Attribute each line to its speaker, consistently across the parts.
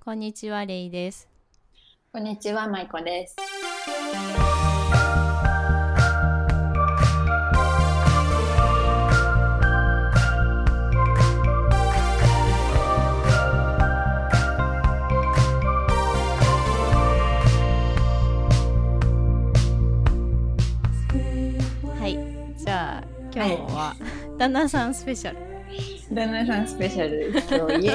Speaker 1: こんにちは、レイです。
Speaker 2: こんにちは、まいこです。
Speaker 1: はい、じゃあ今日は旦那さんスペシャル。
Speaker 2: 旦那さんスペシャルです。今日イエ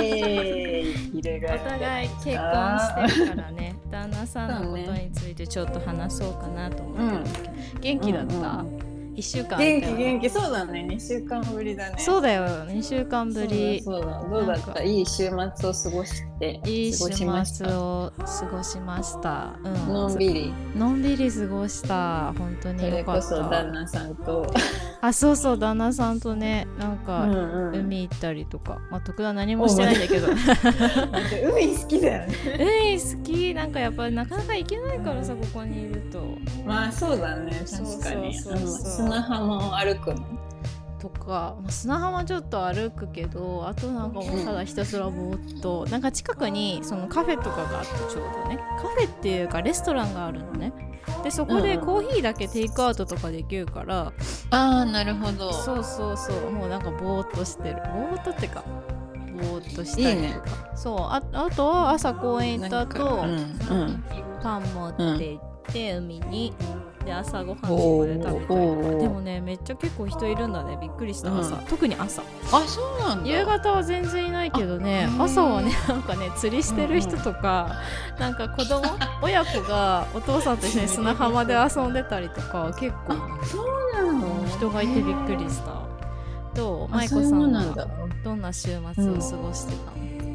Speaker 2: ーイ。いろいろあ
Speaker 1: お
Speaker 2: って
Speaker 1: 互い結婚してるからね、 旦那さんのことについてちょっと話そうかなと思ってるんだけど、元気だった？
Speaker 2: うんうん
Speaker 1: 一週間
Speaker 2: 元気元気。そうだね。二週間ぶりだね。
Speaker 1: そう
Speaker 2: だ
Speaker 1: だよ、二週間ぶり。
Speaker 2: そうだそうだどうだ
Speaker 1: な
Speaker 2: っ
Speaker 1: んか
Speaker 2: た。いい週末を過ごして。
Speaker 1: いい
Speaker 2: 過
Speaker 1: 週
Speaker 2: ごしまし
Speaker 1: 末
Speaker 2: た
Speaker 1: を過ごしました。うん、
Speaker 2: のんびり。
Speaker 1: のんびり過ごした。本当
Speaker 2: そ
Speaker 1: に
Speaker 2: れ
Speaker 1: よか
Speaker 2: こ
Speaker 1: っ
Speaker 2: そ
Speaker 1: た
Speaker 2: 旦。那さんと。
Speaker 1: あ、そうそう、旦那さんとね、なん
Speaker 2: う
Speaker 1: か、
Speaker 2: んうん。
Speaker 1: 海行ったりとか、まあ、特段何もしてないんだけど
Speaker 2: 海好きだよね。
Speaker 1: 海好きなんかやっぱりなかなか行けないからさここにいると
Speaker 2: まあそうだね。確かに。
Speaker 1: そうそうそうそう
Speaker 2: うん砂浜を歩くの。
Speaker 1: とか、まあ、砂浜ちょっと歩くけどあとなんかもうただひたすらぼーっとなんか近くにそのカフェとかがあってちょうどねカフェっていうかレストランがあるのねでそこ
Speaker 2: う
Speaker 1: で
Speaker 2: んうん
Speaker 1: コーヒーだけテイクアウトとかできるから、
Speaker 2: ああなるほど
Speaker 1: そうそうそうもうなんかぼーっとしてるぼーっとってかぼーっとしたりとかそうああとは朝公園行った後
Speaker 2: うん
Speaker 1: パン持って行って、海にで朝ごはんそこで食べたりとか
Speaker 2: おーおーおー
Speaker 1: でもねめっちゃ結構人いるんだねびっくりした朝、
Speaker 2: うん
Speaker 1: 特に朝
Speaker 2: あそうなんだ
Speaker 1: 夕方は全然いないけどね
Speaker 2: あへー
Speaker 1: 朝はねなんかね釣りしてる人とか、なんか子 供親子がお父さんと一緒に砂浜で遊んでたりとか結構
Speaker 2: あそうなの
Speaker 1: 人がいてびっくりしたどう
Speaker 2: あ
Speaker 1: 舞
Speaker 2: そう
Speaker 1: 子
Speaker 2: い
Speaker 1: さ
Speaker 2: うも
Speaker 1: ん
Speaker 2: んなんだ
Speaker 1: はどんな週末を過ごしてたの、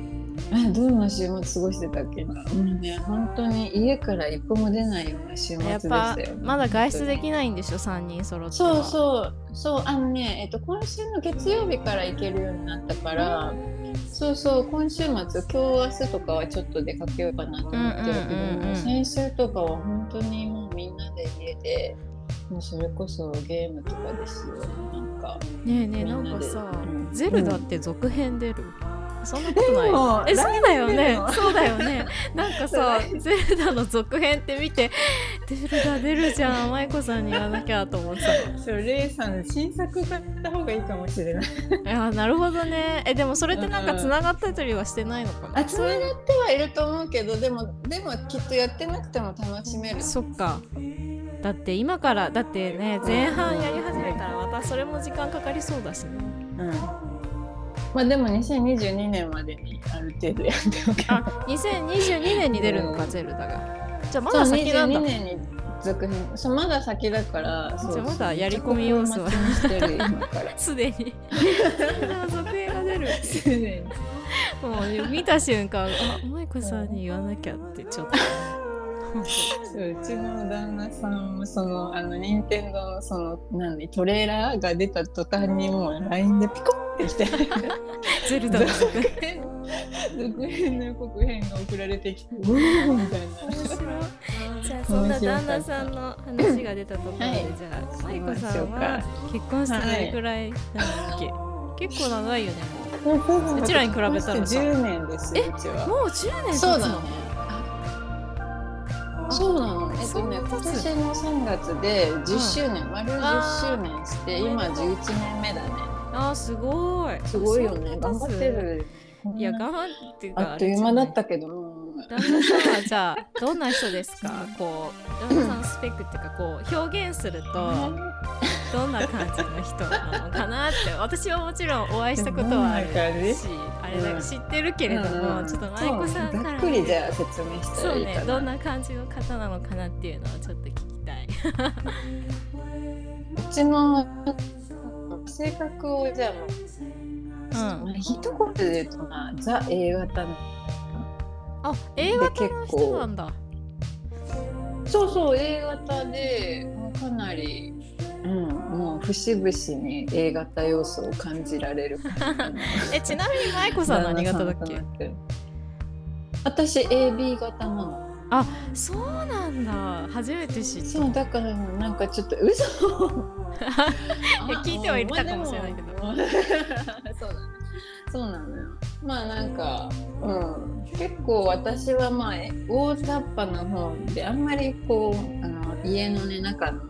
Speaker 2: えどんな週末過ごしてたっけなもうね本当に家から一歩も出ないような週末
Speaker 1: や
Speaker 2: で
Speaker 1: っ
Speaker 2: した
Speaker 1: ぱ
Speaker 2: よ
Speaker 1: まだ外出で
Speaker 2: ない
Speaker 1: きないんでしょ3人揃って
Speaker 2: そう
Speaker 1: は
Speaker 2: そうそうあのねえっと今週の月曜日から行けるようになったからそうそう今週末今日明日とかはちょっと出かけようかなと思ってるけ
Speaker 1: う
Speaker 2: ど、
Speaker 1: んうんうんうん
Speaker 2: 先週とかは本当にもうみんなで家でもうそれこそゲームとかですよなんか
Speaker 1: ねえねえ
Speaker 2: み
Speaker 1: なんん
Speaker 2: な
Speaker 1: か
Speaker 2: で
Speaker 1: さ、
Speaker 2: うん
Speaker 1: ゼルダって続編出る、そんなことない
Speaker 2: でも
Speaker 1: えそうだよ
Speaker 2: 出る
Speaker 1: ね
Speaker 2: の
Speaker 1: そうだよねなんか さ
Speaker 2: 来
Speaker 1: ゼルダの続編って見てゼルダ出るじゃん舞子さんに言わなきゃと思ってた
Speaker 2: そうレイさんの新作買った方がいいかもしれない
Speaker 1: のいやなるほどねえでもそれってなんかつながったりはしてないのかな、
Speaker 2: 集まってはいると思うけどでもでもきっとやってなくても楽しめる
Speaker 1: そっかだって今からだってね前半やり始めたらまたそれも時間かかりそうだしね
Speaker 2: うんまあでも2022年までにある程度やっておけば
Speaker 1: あ2022年に出るのか、
Speaker 2: うん
Speaker 1: ゼルダがじゃあまだ先なんだ
Speaker 2: そう22年に続編そうまだ先だからそう
Speaker 1: じゃあまだ
Speaker 2: そう
Speaker 1: やり込み要素は
Speaker 2: ちょっと心待ちにしてる今から
Speaker 1: すでに 続編が出る
Speaker 2: すでに
Speaker 1: もう見た瞬間あマイコさんに言わなきゃってちょっと
Speaker 2: そううちの旦那さんもそのあの任天堂のその何トレーラーが出た途端にもう LINE でピコってきて
Speaker 1: ゼルダの続編
Speaker 2: 続編続編の予告編が送られてきて「うお!」みたいな。
Speaker 1: じゃあそんな旦那さんの話が出たところで、
Speaker 2: はい
Speaker 1: じゃあマイコさんは結婚してどれくらいなんだっけ、結構長いよねうちらに比べたらさ
Speaker 2: 10年ですようちは
Speaker 1: もう10年経つ
Speaker 2: そうな
Speaker 1: の
Speaker 2: のそうなのえっ
Speaker 1: そ
Speaker 2: と
Speaker 1: ん
Speaker 2: ね
Speaker 1: な
Speaker 2: 今
Speaker 1: 経つ
Speaker 2: 年の3月で10周年、丸10周年して今11年目だね
Speaker 1: あーすごい
Speaker 2: すごいよね
Speaker 1: そんな
Speaker 2: 頑
Speaker 1: 経つ
Speaker 2: 張ってる
Speaker 1: いや頑張っていうか
Speaker 2: あっという間だった
Speaker 1: け
Speaker 2: けども
Speaker 1: ど旦那さんはじゃあどんな人ですかこう旦那さんのスペックっていうかこう表現するとどんな感じの人なのかなって私はもちろんお会いしたことはある
Speaker 2: どんな感じ
Speaker 1: しあれだ
Speaker 2: うん
Speaker 1: 知ってるけれども、
Speaker 2: うん
Speaker 1: ちょっと舞子さん
Speaker 2: そう
Speaker 1: から
Speaker 2: ざっくりじゃあ説明した
Speaker 1: そ
Speaker 2: ら
Speaker 1: う
Speaker 2: いいか
Speaker 1: ね
Speaker 2: な
Speaker 1: どんな感じの方なのかなっていうのをちょっと聞きたい
Speaker 2: うちの性格をじゃあもう
Speaker 1: うん
Speaker 2: まあ一言で言うと、まあ、ザ A 型の
Speaker 1: あ A 型の人なんだ
Speaker 2: そうそう A 型でもうかなり、うん、もう節々に A 型要素を感じられる
Speaker 1: えちなみに舞子さん何型だっけ
Speaker 2: け 私 AB 型なの
Speaker 1: そうなんだ初めて知った
Speaker 2: そうだからなんかちょっと嘘 を
Speaker 1: 聞いてはいたかもしれないけど
Speaker 2: あもうでもそうだねそうなのよまあなんか、うん、結構私はまあえ大雑把な方であんまりこうあの家のね中の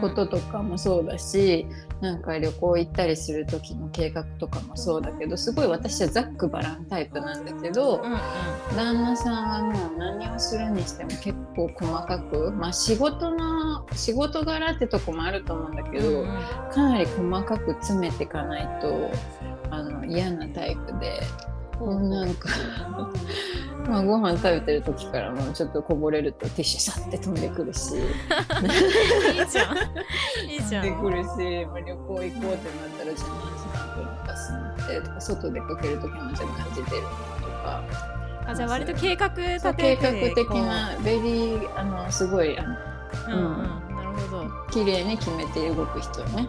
Speaker 2: こととかもそうだし、なんか旅行行ったりする時の計画とかもそうだけどすごい私はざっくばらんタイプなんだけ
Speaker 1: う
Speaker 2: ど、
Speaker 1: んうん
Speaker 2: 旦那さんはもう何をするにしても結構細かくまあ仕事の仕事柄ってとこもあると思うんだけど、
Speaker 1: うんうん
Speaker 2: かなり細かく詰めていかないとあの嫌なタイプで、もうなんかまあご飯食べてる時からもうちょっとこぼれるとティッシュさって飛んでくるし
Speaker 1: いいじゃんいいじ
Speaker 2: 飛ん
Speaker 1: ゃ
Speaker 2: で
Speaker 1: ん
Speaker 2: くるし、まあ、旅行行こうってなったら自分時間とかすってとか外出かける時もじゃあ何時出るのとか。
Speaker 1: あじゃあ割と計画立
Speaker 2: そう
Speaker 1: て
Speaker 2: 計
Speaker 1: て
Speaker 2: 画的
Speaker 1: こう
Speaker 2: なベリーあのすごいあの
Speaker 1: うんうんなるほど
Speaker 2: 綺麗に決めて動く人ね。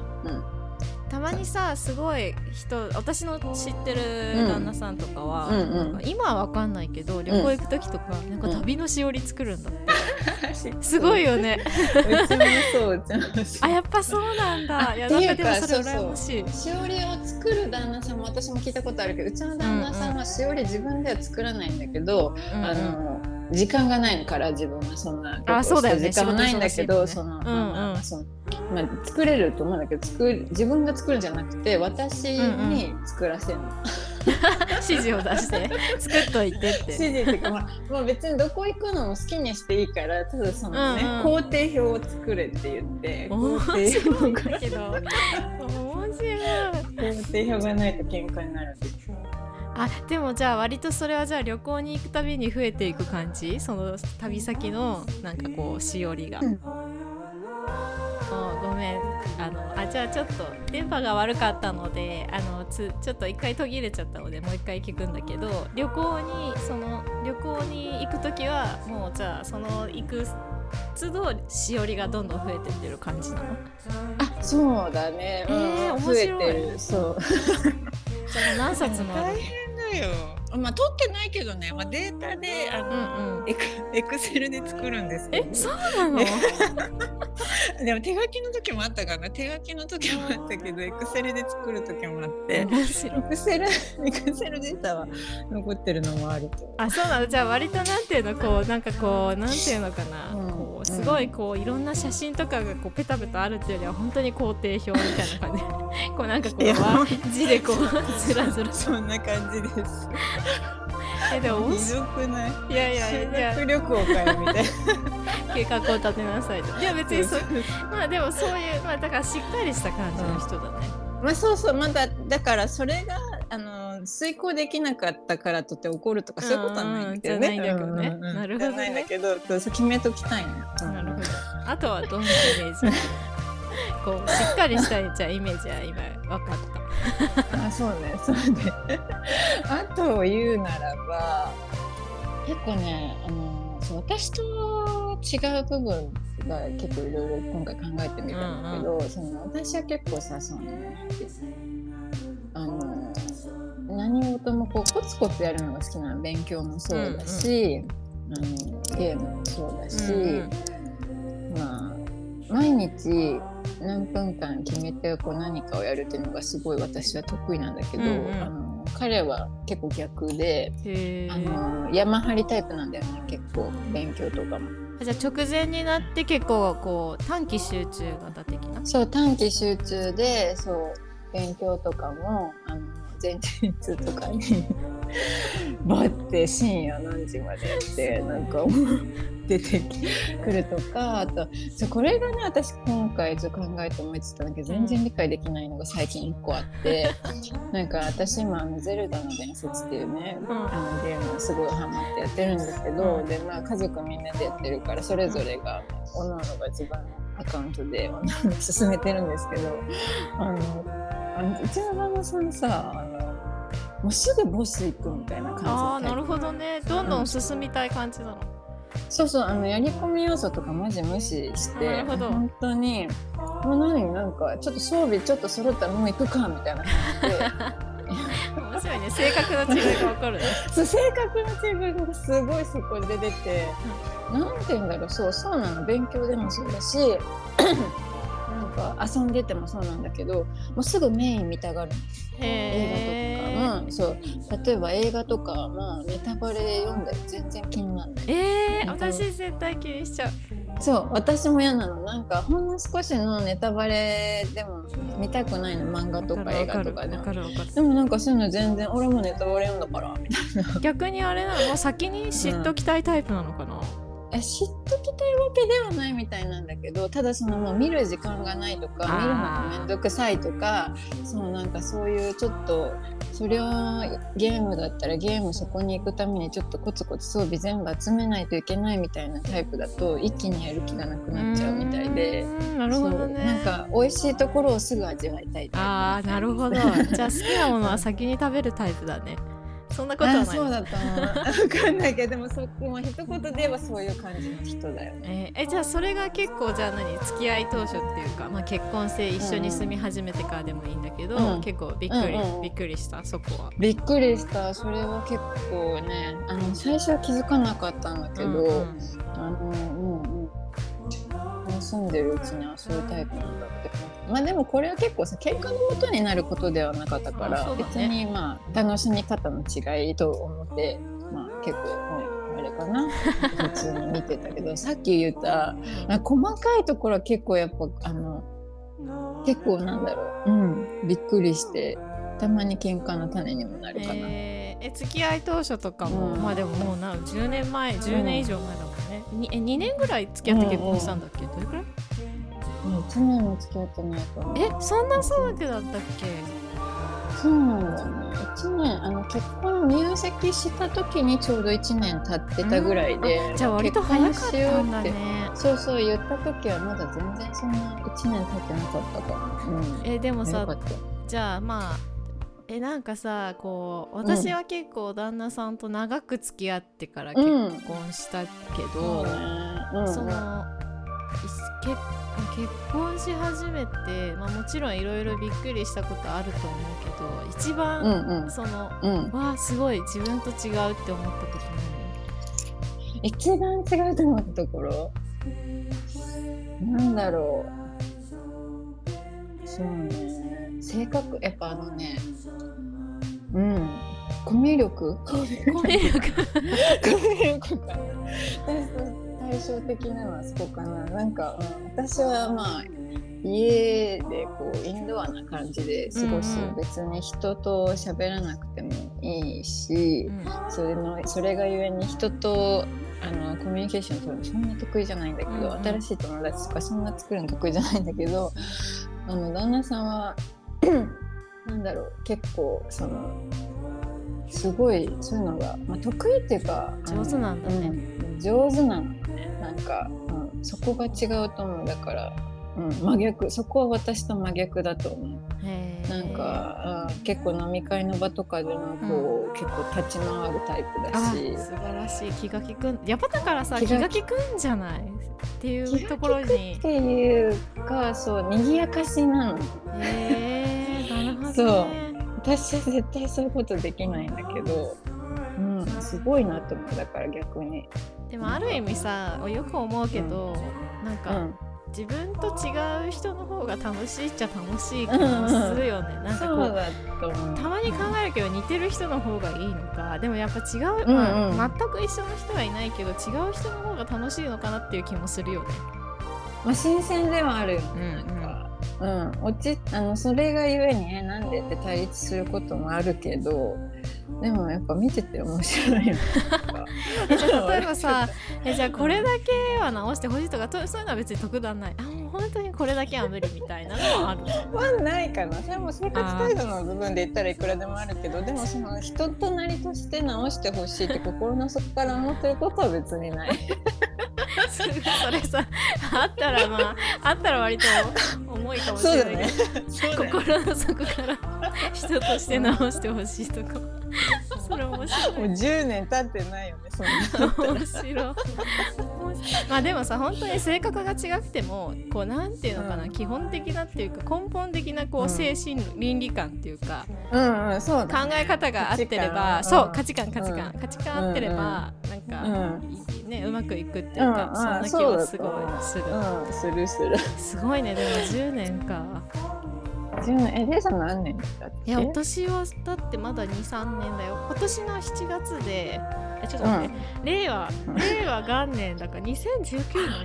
Speaker 1: たまにさすごい人私の知ってる旦那さんとかは、
Speaker 2: うんうんうん
Speaker 1: なんか今は分かんないけど旅行行く時とか、なんか旅のしおり作るんだって、
Speaker 2: うん、
Speaker 1: すごい
Speaker 2: よ。
Speaker 1: よね
Speaker 2: うちもそううちもそ
Speaker 1: あ
Speaker 2: う。
Speaker 1: やっぱそうなんだ
Speaker 2: あ
Speaker 1: いや
Speaker 2: って
Speaker 1: なん
Speaker 2: い
Speaker 1: か
Speaker 2: うか
Speaker 1: でもそれ
Speaker 2: そうそう
Speaker 1: 羨ましい
Speaker 2: しおりを作る旦那さんも私も聞いたことあるけどうちの旦那さんはしおり自分では作らないんだけど、
Speaker 1: うん
Speaker 2: あの時間がないから自分はそんな
Speaker 1: あそうだよね
Speaker 2: 時間はないんだけど
Speaker 1: 仕
Speaker 2: そ
Speaker 1: 事忙しいと
Speaker 2: の
Speaker 1: ねうんうん
Speaker 2: まあまあそのまあ作れると思うんだけど作る自分が作るんじゃなくて私に作らせるの。
Speaker 1: 指示を出して作っといてっ
Speaker 2: 指
Speaker 1: て
Speaker 2: 示っていうか、まあ、まあ別にどこ行くのも好きにしていいからただそのね、
Speaker 1: うんうん
Speaker 2: 工程表を作れって言って工
Speaker 1: 面
Speaker 2: 程
Speaker 1: 白
Speaker 2: 表が
Speaker 1: いん だけど面白い
Speaker 2: 工程表がないと喧嘩になるんです
Speaker 1: あでもじゃあ割とそれはじゃあ旅行に行くたびに増えていく感じその旅先のなんかこうしおりが、
Speaker 2: うん
Speaker 1: あごめんあのあじゃあちょっと電波が悪かったのであのつちょっと一回途切れちゃったのでもう一回聞くんだけど旅行にその旅行に行く時はもうじゃあその行く都度しおりがどんどん増えてってる感じなの
Speaker 2: あそうだね、うん
Speaker 1: えー面
Speaker 2: 増
Speaker 1: 白い
Speaker 2: えてる そう
Speaker 1: じゃあ何冊もある
Speaker 2: 変だよまあ取ってないけどね、まあ、データであ
Speaker 1: うんうん
Speaker 2: エクエクセルで作るんです
Speaker 1: えそうなの
Speaker 2: でも手書きの時もあったから手書きの時もあったけどエクセルで作る時もあって
Speaker 1: 面白い
Speaker 2: エクセル エクセルデータは残ってるのもあると
Speaker 1: あそうなのじゃあ割となんていうのこうなんかこうなんていうのかな、
Speaker 2: うん
Speaker 1: こうすごいこういろんな写真とかがこうペタペタあるっていうよりは本当に工程表みたいな感じ こうなんかこ
Speaker 2: いや
Speaker 1: うわ字でこうずらずら
Speaker 2: そんな感じです。
Speaker 1: えでも面
Speaker 2: ひ
Speaker 1: 白
Speaker 2: どくない。
Speaker 1: いいやいやいや
Speaker 2: 修学旅行かよみたい
Speaker 1: 計画を立てなさいといや別にそうま あでもそういうまあだからしっかりした感じの人だね、
Speaker 2: な。まあ、そうそう、まだ、だから、それが、あの、遂行できなかったからとって怒るとか、そういうことはないんだけど
Speaker 1: うんう
Speaker 2: ね。
Speaker 1: んじゃないんだけどね
Speaker 2: うんうんうん
Speaker 1: なるほどね
Speaker 2: じゃないんだけど、そう決めときたいな。
Speaker 1: なるほどあとはどんなイメージ こうしっかりしたいじゃあイメージは今分かった
Speaker 2: あ、そうね、そうね。あとを言うならば。結構ね、あの、そう私と違う部分が結構いろいろ今回考えてみたんだけど、その私は結構さ、その、なんていうのあの。何事もこうコツコツやるのが好きなの勉強もそうだし、あのゲームもそうだし、
Speaker 1: うん
Speaker 2: まあ毎日何分間決めてこう何かをやるっていうのがすごい私は得意なんだけど、
Speaker 1: うんうん
Speaker 2: あの彼は結構逆で、
Speaker 1: へ
Speaker 2: あ
Speaker 1: え
Speaker 2: の山張りタイプなんだよね結構勉強とかも。
Speaker 1: じゃあ直前になって結構こう短期集中型的な。
Speaker 2: そう短期集中でそう勉強とかもあの前日とかに バッて深夜何時までやってなんかもう出てくるとかあとそうこれがね私今回ちょっと考えて思いついたんだけど全然理解できないのが最近1個あってなんか私今あの「ゼルダの伝説」っていうね
Speaker 1: うん
Speaker 2: あのゲームすごいハマってやってるんですけど、
Speaker 1: うん
Speaker 2: でまあ家族みんなでやってるからそれぞれがおのおのが自分のアカウントでおのおの進めてるんですけどあのあのうちの旦那さんさあのもうすぐボス行くみたいな感じ
Speaker 1: ああ
Speaker 2: タ
Speaker 1: な
Speaker 2: イプ
Speaker 1: るほどねどんどん進みたい感じなの。
Speaker 2: そうそうあのやり込み要素とかマジ無視して
Speaker 1: なるほど
Speaker 2: 本当にもう何なんかちょっと装備ちょっと揃ったらもう行くかみたいな感じで。
Speaker 1: 面白いね性格の違いがわかるね。
Speaker 2: そう性格の違いがすごいそこで出てて、なんて言うんだろうそうそうなの勉強でもそうだし なんか遊んでてもそうなんだけどもうすぐメイン見たがる
Speaker 1: へ
Speaker 2: 映画と
Speaker 1: ね。
Speaker 2: かうん、そう例えば映画とか、まあ、ネタバレで読んだら全然気にならない
Speaker 1: えー、
Speaker 2: うん
Speaker 1: 私絶対気にしちゃう。
Speaker 2: そう私も嫌なのなんかほんの少しのネタバレでも見たくないの漫画とか映画とかで
Speaker 1: わ
Speaker 2: も
Speaker 1: かるわかるわか
Speaker 2: でもなんかそういうの全然俺もネタバレ読んだからみたい
Speaker 1: る逆にあれなのもう先に知っときたいタイプなのかな、
Speaker 2: なえ知っときたいわけではないみたいなんだけどただそのもう見る時間がないとか
Speaker 1: あー
Speaker 2: 見るのが面倒くさいとかそうなんかそういうちょっとそれをゲームだったらゲームそこに行くためにちょっとコツコツ装備全部集めないといけないみたいなタイプだと一気にやる気がなくなっちゃうみたいで。
Speaker 1: うーんなるほどね
Speaker 2: そうなんか美味しいところをすぐ味わいたいタイプ
Speaker 1: あーなるほどじゃあ好きなものは先に食べるタイプだねそんなことは
Speaker 2: あ
Speaker 1: な
Speaker 2: ー
Speaker 1: い
Speaker 2: そうだと思うわかんないけどでもそこも一言で言えばそういう感じの人だよね
Speaker 1: えーえじゃあそれが結構じゃあ何付き合い当初っていうか、まあ、結婚して一緒に住み始めてからでもいいんだけど、
Speaker 2: うん
Speaker 1: 結構びっくり、
Speaker 2: うんうん
Speaker 1: びっくりしたそこは。
Speaker 2: びっくりしたそれは結構ねあの最初は気づかなかったんだけど、
Speaker 1: うんうん
Speaker 2: あのうんうん住んでるうちにはそういうタイプなんだってまあでもこれは結構さ喧嘩のもとになることではなかったか
Speaker 1: あ
Speaker 2: ら、
Speaker 1: そうだね
Speaker 2: 別にまあ楽しみ方の違いと思ってまあ結構ねあれかな普通に見てた けどさっき言ったあ細かいところは結構やっぱあの結構なんだろう、うん、びっくりしてたまに喧嘩の種にもなるかな、
Speaker 1: えーえ付き合い当初とかも、
Speaker 2: うん
Speaker 1: まあでももうな10年前10年以上前だもんね、にえ2年ぐらい付き合って結婚したんだっけ、どれくらい
Speaker 2: 1年も付き合ってないと思う
Speaker 1: えそんな騒ぐだったっけ
Speaker 2: そうなんだよね1年あの結婚入籍した時にちょうど1年経ってたぐらいで、
Speaker 1: じゃあ割と早かったんだ
Speaker 2: 結婚しようって
Speaker 1: ね
Speaker 2: そうそう言った時はまだ全然そんな1年経ってなかったから、うん、
Speaker 1: えでもさ
Speaker 2: よかった
Speaker 1: じゃあまあえなんかさこう私は結構旦那さんと長く付き合ってから結婚したけど、
Speaker 2: そうねうん
Speaker 1: そのいす結結婚し始めて、まあ、もちろんいろいろびっくりしたことあると思うけど一
Speaker 2: うん
Speaker 1: 番、
Speaker 2: うん
Speaker 1: その
Speaker 2: うん、
Speaker 1: わあすごい自分と違うって思ったこと
Speaker 2: 一番違うと思ったところなんだろうそうね性格やっぱあのねうんコミュ力コミ ュ
Speaker 1: 何ご迷惑
Speaker 2: 力か対対照的なのはそこかななんか、うん私はまあ家でこうインドアな感じで過ごす、
Speaker 1: うんうん
Speaker 2: 別に人と喋らなくてもいいし、
Speaker 1: うん
Speaker 2: それのそれがゆえに人とあのコミュニケーション取るのそんな得意じゃないんだけど、
Speaker 1: うんうん
Speaker 2: 新しい友達とかそんな作るの得意じゃないんだけどあの旦那さんは なんだろう結構そのすごいそういうのが、まあ、得意っていうかあの
Speaker 1: 上手なんだね
Speaker 2: うん上手なのねなんか、うん、そこが違うと思うだから、うん、真逆そこは私と真逆だと思う。
Speaker 1: へー
Speaker 2: なんか、うん結構飲み会の場とかでもこう、結構立ち回るタイプだ
Speaker 1: あ
Speaker 2: し
Speaker 1: 素晴らしい気が利くんやっぱだからさ気
Speaker 2: 気が
Speaker 1: が利くんじゃないっていうところに
Speaker 2: っていうかそう賑やかしなの
Speaker 1: へえなるほ
Speaker 2: そう
Speaker 1: どね
Speaker 2: 私は絶対そういうことできないんだけど、うん、すごいなと思うだから逆に、
Speaker 1: でもある意味さよく思うけど、なん
Speaker 2: う
Speaker 1: か、
Speaker 2: ん、
Speaker 1: 自分と違う人の方が楽しいっちゃ楽しい気もするよね、なんか
Speaker 2: そ
Speaker 1: こ
Speaker 2: う
Speaker 1: う
Speaker 2: だと思う
Speaker 1: たまに考えるけど似てる人の方がいいのかでもやっぱ違う、
Speaker 2: うん
Speaker 1: まあ全く一緒の人はいないけど違う人の方が楽しいのかなっていう気もする よね。
Speaker 2: まあ、新鮮ではあるよ
Speaker 1: うん
Speaker 2: ね、なんか。うん、落ちあのそれがゆえにえなんでって対立することもあるけどでもやっぱ見てて面白いよね
Speaker 1: えじゃあ例えばさえじゃあこれだけは直してほしいとかとそういうのは別に特段ないあもう本当にこれだけは無理みたいなのはある。
Speaker 2: はないかなそれも生活態度の部分で言ったらいくらでもあるけどでもその人となりとして直してほしいって心の底から思ってることは別にない
Speaker 1: すごいそれさあったらまああったら割と重いかもしれないけど。
Speaker 2: そうだね
Speaker 1: 心の底から人として直してほしいとかそれ面白
Speaker 2: もう
Speaker 1: い
Speaker 2: 10年経ってないよねそんな
Speaker 1: 面白い面白いまあでもさ本当に性格が違くてもこうなんていうのかな、
Speaker 2: うん
Speaker 1: 基本的なっていうか根本的なこ
Speaker 2: う
Speaker 1: うん精神倫理観っていうか、
Speaker 2: うんうんそう
Speaker 1: 考
Speaker 2: だ
Speaker 1: え方が合ってれば
Speaker 2: 価値観
Speaker 1: そう
Speaker 2: うん
Speaker 1: 価値観価値観、価値観合ってれば、
Speaker 2: う
Speaker 1: なんか、
Speaker 2: ん
Speaker 1: ねうまくいくっていうか、
Speaker 2: うんうん
Speaker 1: そんな気
Speaker 2: そう
Speaker 1: は
Speaker 2: だ
Speaker 1: すごいする、
Speaker 2: うんするする
Speaker 1: すごいねでも10年か
Speaker 2: 純えりえさん何年だっ
Speaker 1: い
Speaker 2: け
Speaker 1: や私はだってまだ23年だよ今年の7月でえちょっと待って、令和
Speaker 2: うん
Speaker 1: 令和元年だから2019年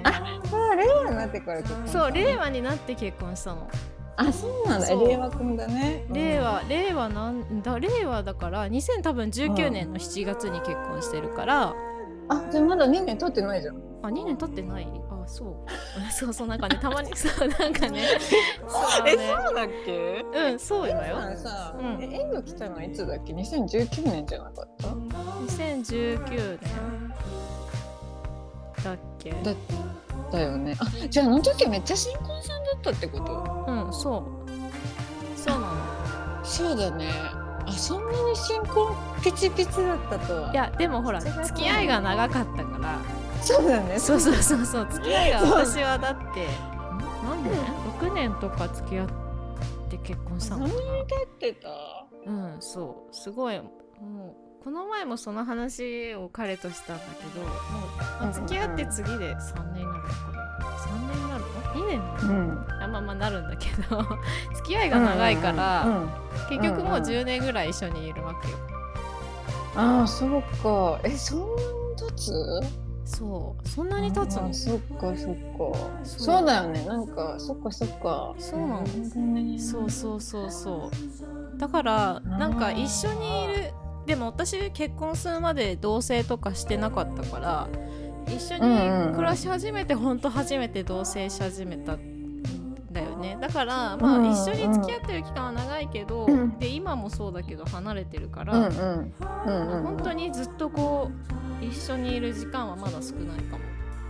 Speaker 2: あ令和になってから結婚
Speaker 1: そう令
Speaker 2: 和
Speaker 1: 和になって結婚したの
Speaker 2: あそうなんだえ
Speaker 1: そう
Speaker 2: 令和くんだね
Speaker 1: 令和令和なんだ令和だから2019年の7月に結婚してるから、
Speaker 2: うんあじゃあまだ2年経ってないじゃん
Speaker 1: あ2年経ってないあそうそう そうなんかねたまにそうなんかねそう
Speaker 2: え
Speaker 1: ね
Speaker 2: そうだっけ
Speaker 1: うんそう
Speaker 2: エ
Speaker 1: だよ
Speaker 2: さんさ、
Speaker 1: うん
Speaker 2: えエンド来たのはいつだっけ2019年じゃなかった
Speaker 1: 2019年だっけ
Speaker 2: だだよねあじゃああの時めっちゃ新婚さんだったってこと
Speaker 1: うんそうそうなの
Speaker 2: そうだねあそんなに新婚ピチピチだったとはい
Speaker 1: やでもほら
Speaker 2: 違う
Speaker 1: 付き合いが長かったから
Speaker 2: そうだね
Speaker 1: そうそうそうそう付き合いが
Speaker 2: そう
Speaker 1: 私はだって何年 ?6 年とか付き合って結婚したのか
Speaker 2: 経ってた
Speaker 1: なうんそうすごいもうこの前もその話を彼としたんだけどもうまあ付き合って次で3年になるのかな3年になるの ?2 年に
Speaker 2: うん
Speaker 1: あまあまあなるんだけど 付き合いが長いから、
Speaker 2: うんうんうん
Speaker 1: 結局もううん10年ぐらい一緒にいるわけよ
Speaker 2: ああそうかえそんなに経つ
Speaker 1: そうそんなに経つ
Speaker 2: あ
Speaker 1: の
Speaker 2: ーそっかそっか
Speaker 1: そう
Speaker 2: そうだよねなんかそっかそっか
Speaker 1: そうなの
Speaker 2: の
Speaker 1: そうそうそうそうだからなんか一緒にいるでも私結婚するまで同棲とかしてなかったから一緒
Speaker 2: うんうん
Speaker 1: に暮らし始めてほんと初めて同棲し始めたんだよねだからま
Speaker 2: うんう
Speaker 1: あ
Speaker 2: ん
Speaker 1: 一緒に付き合ってる期間は長いけど
Speaker 2: うん
Speaker 1: で今もそうだけど離れてるか
Speaker 2: うんうん
Speaker 1: ら
Speaker 2: うんうん
Speaker 1: 本当にずっとこう一緒にいる時間はまだ少ないかも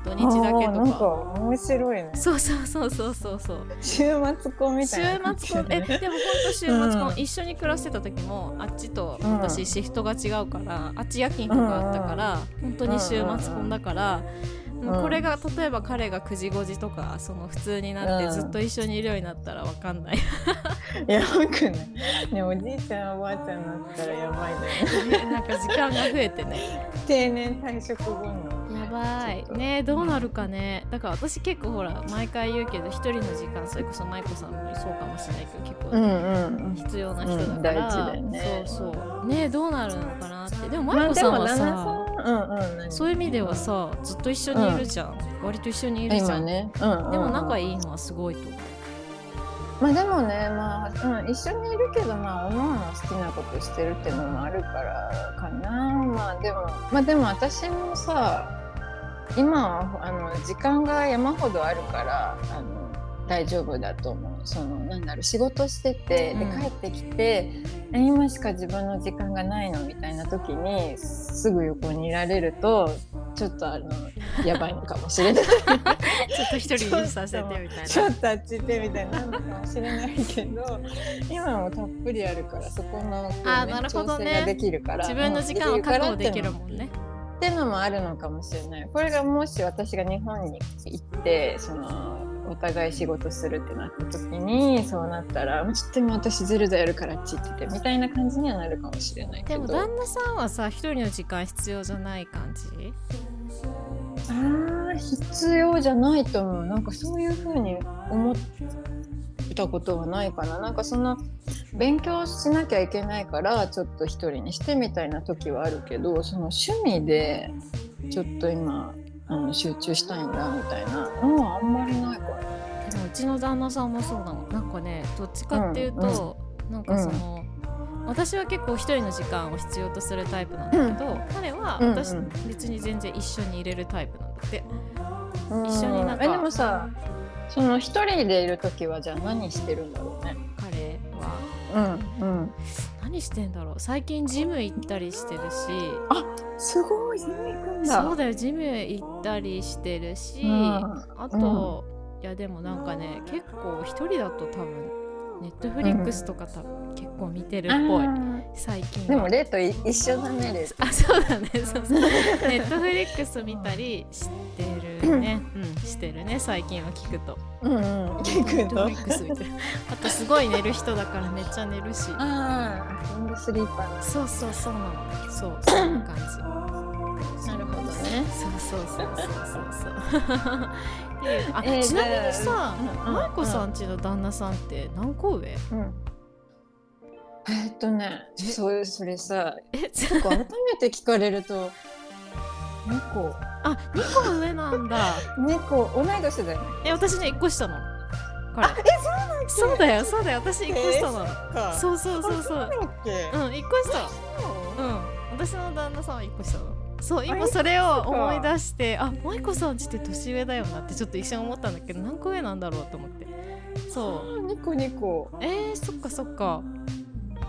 Speaker 1: 土日だけ
Speaker 2: あー
Speaker 1: と
Speaker 2: なんか
Speaker 1: か。
Speaker 2: 面白いね
Speaker 1: そうそうそうそうそうそう
Speaker 2: 週末婚みた
Speaker 1: 週
Speaker 2: いな
Speaker 1: 末婚えでも本当週末婚、一緒に暮らしてた時もあっちと
Speaker 2: うん
Speaker 1: 私シフトが違うから、あっち夜勤とかあったから、本当に週末婚だから、もう
Speaker 2: うん
Speaker 1: これが例えば彼が9時5時とかその普通になっ
Speaker 2: うん
Speaker 1: てずっと一緒にいるようになったらわかん ない、
Speaker 2: やばくないねおじいちゃんおばあちゃんになったらやばいだよね
Speaker 1: なんか時間が増えてね
Speaker 2: 定年退職後の
Speaker 1: やばい
Speaker 2: ちょっと
Speaker 1: ねどうなるかねだから私結構ほら毎回言うけど一人の時間それこそ舞子さんもそうかもしれないけど結構、
Speaker 2: ん
Speaker 1: 必要な人だから、
Speaker 2: うん大事だよね
Speaker 1: そうそうねどうなるのかなってでも
Speaker 2: ま
Speaker 1: 舞
Speaker 2: あ
Speaker 1: 子
Speaker 2: で
Speaker 1: さん
Speaker 2: も
Speaker 1: は
Speaker 2: 旦
Speaker 1: さ,、
Speaker 2: 那さんうんうん何
Speaker 1: そういう意味ではさずっと一緒にいるじゃん、割と一緒にいるじゃ
Speaker 2: 今
Speaker 1: ん、
Speaker 2: ね、うんうんうん
Speaker 1: でも仲いいのはすごいと思う
Speaker 2: まあでもねまあ、うん、一緒にいるけどまあおのおの好きなことしてるってのもあるからかなまあでもまあでも私もさ今はあの時間が山ほどあるからあの大丈夫だと思うそのなんだろう仕事しててで
Speaker 1: うん
Speaker 2: 帰ってきて、え今しか自分の時間がないのみたいな時にすぐ横にいられるとちょっとあのやばいのかもしれない。
Speaker 1: ちょっと一人にさせてみたい
Speaker 2: ち
Speaker 1: な
Speaker 2: ょっとあっち行ってみたいになるのかもしれないけど今もたっぷりあるからそこのこう
Speaker 1: あー
Speaker 2: ね
Speaker 1: なるほどね
Speaker 2: 調整ができるから
Speaker 1: 自分の時間を確保できる
Speaker 2: ん
Speaker 1: もんね
Speaker 2: ってのもあるのかもしれないこれがもし私が日本に行ってそのお互い仕事するってなった時にそうなったらもうちょっと今私ゼルダやるからあっち行っててみたいな感じにはなるかもしれないけ
Speaker 1: で
Speaker 2: ど
Speaker 1: も旦那さんはさ一人の時間必要じゃない感じ
Speaker 2: あー必要じゃないと思うなんかそういうふうに思ったことはないかななんかその勉強しなきゃいけないからちょっと一人にしてみたいな時はあるけどその趣味でちょっと今あの集中したいんだみたいなのはあんまりないかな。
Speaker 1: でもうちの旦那さんもそうなのなんかねどっちかっていうと、なんかその、私は結構一人の時間を必要とするタイプなんだけど、彼は私、
Speaker 2: うんうん
Speaker 1: 別に全然一緒に入れるタイプなんだって
Speaker 2: うん
Speaker 1: 一緒になんか
Speaker 2: えでもさその一人でいる時はじゃあ何してるんだろうね。
Speaker 1: 彼は
Speaker 2: うんうん、
Speaker 1: 何してんだろう最近ジム行ったりしてるし
Speaker 2: すごい行くんだ。
Speaker 1: そうだよジム行ったりしてるし、
Speaker 2: うん
Speaker 1: あと、いやでもなんかね結構一人だと多分ネットフリックスとか多分結構見てるっぽい、
Speaker 2: あー
Speaker 1: 最近は
Speaker 2: でもレイとい一緒だねレイと
Speaker 1: あそうだねそうそうネットフリックス見たりしてる ねうんしてるね最近は聞くと
Speaker 2: うんうん、聞
Speaker 1: ネット
Speaker 2: く
Speaker 1: フ
Speaker 2: の
Speaker 1: リックス見てるあとすごい寝る人だからめっちゃ寝るし
Speaker 2: ああ、ロングスリーパー
Speaker 1: そうそうそうなのそうそんな感じ
Speaker 2: なるほどね
Speaker 1: そうそうそうそうそうそういいよあ
Speaker 2: えー
Speaker 1: ちなみに
Speaker 2: じ
Speaker 1: さ
Speaker 2: うんうん
Speaker 1: マイコさんちの旦那さんって何個上
Speaker 2: うんえーっとね
Speaker 1: え
Speaker 2: そういうそれさ
Speaker 1: えち
Speaker 2: 改めて聞かれる と猫
Speaker 1: あ二2個上なんだ
Speaker 2: 猫同い年だよね
Speaker 1: え私ね1個下なの彼えそうなんだよそうだよ私1個下なの、
Speaker 2: か
Speaker 1: そうそうそうそう
Speaker 2: だっけ
Speaker 1: うん1個下
Speaker 2: そう
Speaker 1: うん私の旦那さんは1個下なのそう
Speaker 2: あ
Speaker 1: 今それを思い出してあマイコさんちって年上だよなってちょっと一瞬思ったんだけど何個上なんだろうと思ってそう
Speaker 2: あニコニコ
Speaker 1: えー、そっかそっか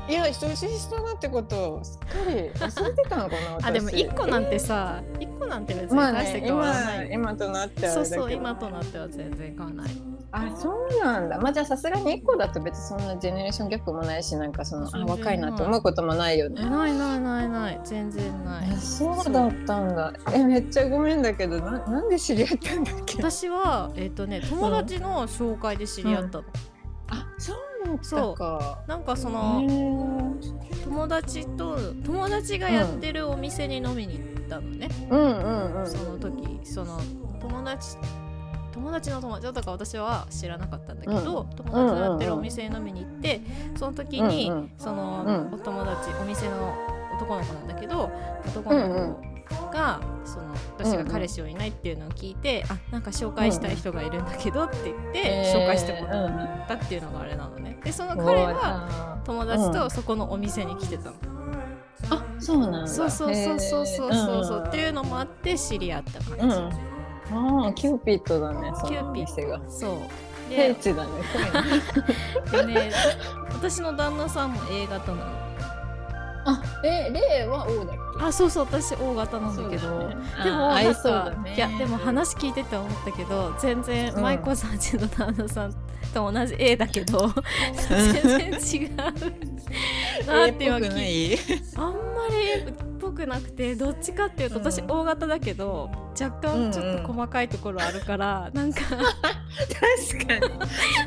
Speaker 2: いや人年下だってことをすっかり忘れてたのかな 私
Speaker 1: あでも1個なんてさ1個なんて別に
Speaker 2: まあ
Speaker 1: 大して
Speaker 2: ね
Speaker 1: 変わらない、
Speaker 2: 今今となってはあ
Speaker 1: そ
Speaker 2: れだ
Speaker 1: う
Speaker 2: けど
Speaker 1: そう今となっては全然変わらない
Speaker 2: あそうなんだまあじゃあさすがに1個だと別にそんなジェネレーションギャップもないしなんかその
Speaker 1: 全
Speaker 2: あ
Speaker 1: 然
Speaker 2: 若いなって
Speaker 1: ない
Speaker 2: 思うこともないよね。
Speaker 1: ないないないない全然ない
Speaker 2: えそうだったんだえめっちゃごめんだけどななんで知り合ったんだっけ
Speaker 1: 私はえっ、とね友達の紹介で知り合ったの、
Speaker 2: あそうだ
Speaker 1: そう
Speaker 2: ったか
Speaker 1: なんかそ
Speaker 2: へ
Speaker 1: の
Speaker 2: ー
Speaker 1: 友達と友達がやってるお店に飲みに行ったのね、
Speaker 2: うんうんうん
Speaker 1: その時その友達友達の友達だから私は知らなかったんだけど、友達がやってるお店に飲みに行ってその時に、
Speaker 2: うんうん
Speaker 1: その、
Speaker 2: うん
Speaker 1: お友達お店の男の子なんだけど男の子が、その私が彼氏をいないっていうのを聞いて、あなんか紹介したい人がいるんだけどって言って、紹介してもらったっていうのがあれなのね。でその
Speaker 2: えーうん
Speaker 1: 彼は
Speaker 2: あ
Speaker 1: 友達とそこのお店に来てたの、
Speaker 2: そうなんだ
Speaker 1: そうそうそうそうそうそうそう、
Speaker 2: へー
Speaker 1: っていうのもあって知り合った感じ、
Speaker 2: うんあーキューピッドだねそ
Speaker 1: キュ
Speaker 2: の
Speaker 1: ー
Speaker 2: お
Speaker 1: ピッ
Speaker 2: 店が
Speaker 1: ドそう
Speaker 2: 聖
Speaker 1: で
Speaker 2: 地だね
Speaker 1: でね私の旦那さんも A 型なの
Speaker 2: あえ例は王だっけ
Speaker 1: あそうそう私 O 型なんだけど
Speaker 2: そうだね
Speaker 1: でも
Speaker 2: あー
Speaker 1: な
Speaker 2: 合
Speaker 1: ん
Speaker 2: いそう
Speaker 1: か
Speaker 2: だね
Speaker 1: いやでも話聞いてて思ったけど全然
Speaker 2: うん
Speaker 1: 舞子さんちの旦那さんと同じ A だけ ど全然違うなって今聞いて
Speaker 2: い
Speaker 1: あんまり A っぽくなくてどっちかっていうと
Speaker 2: うん
Speaker 1: 私 O 型だけど若干ちょっと細かいところあるからなんか
Speaker 2: 確か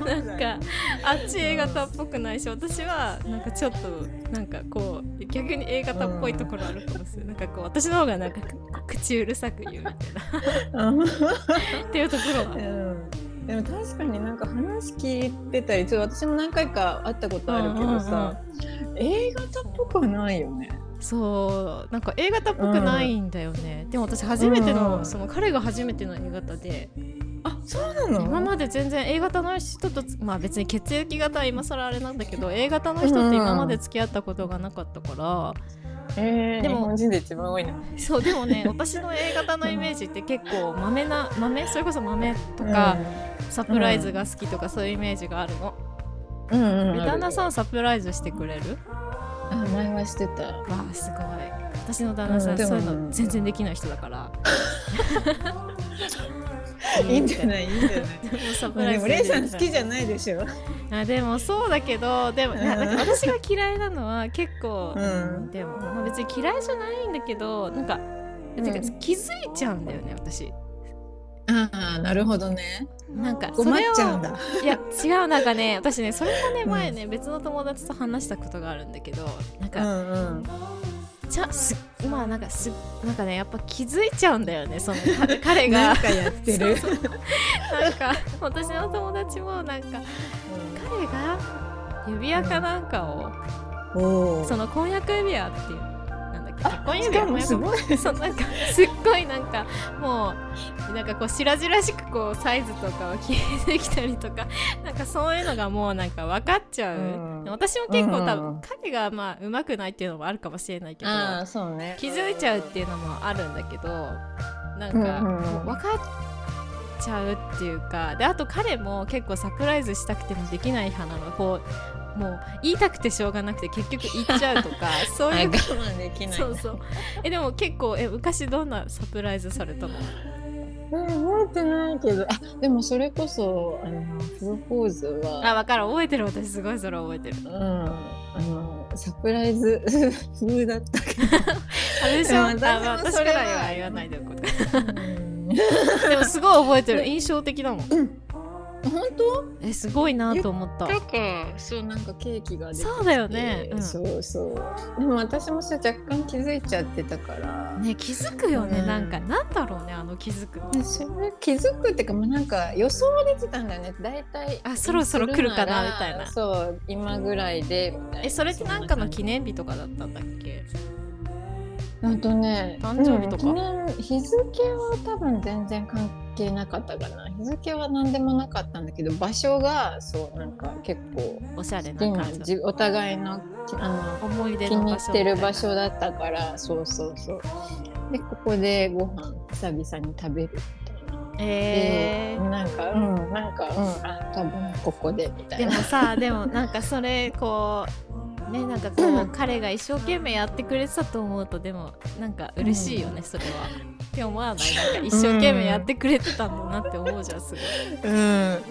Speaker 2: に
Speaker 1: なんかあっち A 型っぽくないし私はなんかちょっとなんかこう逆に A 型っぽいところあるかもしれないなんかこう私の方がなんか口うるさく言うみたいなっていうところは
Speaker 2: うんでも確かになんか話聞いてたりちょっと私も何回か会ったことあるけどさ、映画型っぽくはないよね
Speaker 1: そうなんか A 型っぽくないんだよね、でも私初めての、
Speaker 2: うん
Speaker 1: その彼が初めての A 型で、
Speaker 2: あそうなの
Speaker 1: 今まで全然 A 型の人とつまあ別に血液型は今更あれなんだけど A 型の人って今まで付き合ったことがなかったから、
Speaker 2: え
Speaker 1: で
Speaker 2: ー、で
Speaker 1: も
Speaker 2: も日本人で一番多いな
Speaker 1: そうでもね 私の A 型のイメージって結構まめなまめそれこそまめとか、サプライズが好きとかそういうイメージがあるの、
Speaker 2: うん、うんうん
Speaker 1: で旦那さ
Speaker 2: ん
Speaker 1: んサプライズしてくれる
Speaker 2: あ前はしてた
Speaker 1: わあすごい私の旦那さん、
Speaker 2: うんで
Speaker 1: そ
Speaker 2: も
Speaker 1: ういうの全然できない人だから
Speaker 2: いいんじゃ
Speaker 1: い
Speaker 2: ないいいんじゃない
Speaker 1: でもサプライ
Speaker 2: で
Speaker 1: ズ
Speaker 2: もレイさん好きじ
Speaker 1: ゃ
Speaker 2: ゃないでしょ
Speaker 1: んあでもそうだけどでも、
Speaker 2: うん
Speaker 1: ななんか私が嫌いなのは結構、
Speaker 2: うん
Speaker 1: でも、まあ、別に嫌いじゃないんだけどなんか,、
Speaker 2: うん
Speaker 1: てか気づいちゃうんだよね私
Speaker 2: ああなるほどね
Speaker 1: なんかそ
Speaker 2: 困っ
Speaker 1: れを
Speaker 2: ちゃうんだ
Speaker 1: いや違うなんかね私ねそれもね
Speaker 2: うん
Speaker 1: 前ね、別の友達と話したことがあるんだけどなん
Speaker 2: う
Speaker 1: か、
Speaker 2: んうん
Speaker 1: ちゃすまあなんかすなんかねやっぱ気づいちゃうんだよねその か彼が
Speaker 2: なんかやってる
Speaker 1: そうそうなんか私の友達もなんか彼が指輪かなんかを、
Speaker 2: おお
Speaker 1: その婚約指輪っていうなんだっけ結婚
Speaker 2: し
Speaker 1: 指輪
Speaker 2: かもす
Speaker 1: 婚
Speaker 2: ごい
Speaker 1: 約そうなんかすっごいなんかもうなんかこう白々しくこうサイズとかを決めてきたりとか なんかそういうのがもうなんか分かっちゃう、
Speaker 2: うん
Speaker 1: 私も結構多分、
Speaker 2: うん
Speaker 1: 彼がまあ上手くないっていうのもあるかもしれないけど
Speaker 2: ああそうね
Speaker 1: 気づいちゃうっていうのもあるんだけどなんか、
Speaker 2: うんうん
Speaker 1: もう分かっちゃうっていうかであと彼も結構サプライズしたくてもできない派なのこうもう言いたくてしょうがなくて結局言っちゃうと かそ
Speaker 2: あ
Speaker 1: う
Speaker 2: 我
Speaker 1: いう
Speaker 2: 慢できない
Speaker 1: そうそうえでも結構え昔どんなサプライズされたの
Speaker 2: うん覚えてないけどあでもそれこそあのプロポーズは
Speaker 1: あ分かる覚えてる私すごいそれ覚えてる
Speaker 2: うんあのサプライズ風だったけ
Speaker 1: あれでしょ、
Speaker 2: で
Speaker 1: あ
Speaker 2: も
Speaker 1: まあ、
Speaker 2: 私も
Speaker 1: 私
Speaker 2: そ
Speaker 1: く
Speaker 2: れは
Speaker 1: らいは言わないでおこう
Speaker 2: ど、
Speaker 1: でもすごい覚えてる印象的だもん
Speaker 2: 本当
Speaker 1: えすごいなと思った
Speaker 2: なんかそうなんかケーキが出てきて
Speaker 1: そうだよねうん
Speaker 2: そうそうでも私もそれ若干気づいちゃってたから、
Speaker 1: ね気づくよね、
Speaker 2: うん
Speaker 1: なんかなんだろうねあの気づくの
Speaker 2: それ気づくっていうかもうなんか予想はできたんだよね大体
Speaker 1: あそろそろ来るかな
Speaker 2: す
Speaker 1: みたいな
Speaker 2: そう今ぐらいでみたいな
Speaker 1: えそれってなんかの記念日とかだったんだっけ
Speaker 2: あとね
Speaker 1: 誕生日とか
Speaker 2: うん記念日付は多分全然関係なかったかな日付は何でもなかったんだけど場所がそうなんか結構
Speaker 1: おしゃれ
Speaker 2: 好
Speaker 1: な
Speaker 2: きな
Speaker 1: 感じ
Speaker 2: じお互いのきあの
Speaker 1: 思い出
Speaker 2: 気
Speaker 1: の
Speaker 2: に
Speaker 1: 場
Speaker 2: 入
Speaker 1: 所
Speaker 2: ってる場所だったからそうそうそうでここでご飯久々に食べるみたいな
Speaker 1: え
Speaker 2: でなんかうんなんかうんあ多分ここでみた
Speaker 1: ー、で
Speaker 2: い
Speaker 1: も
Speaker 2: な
Speaker 1: さでもなんかそれこうねなんかこう彼が一生懸命やってくれてたと思うとでもなんか嬉しいよね、それはって思わないなんか一生懸命やってくれてたんだなって思うじゃんすごい
Speaker 2: うん嬉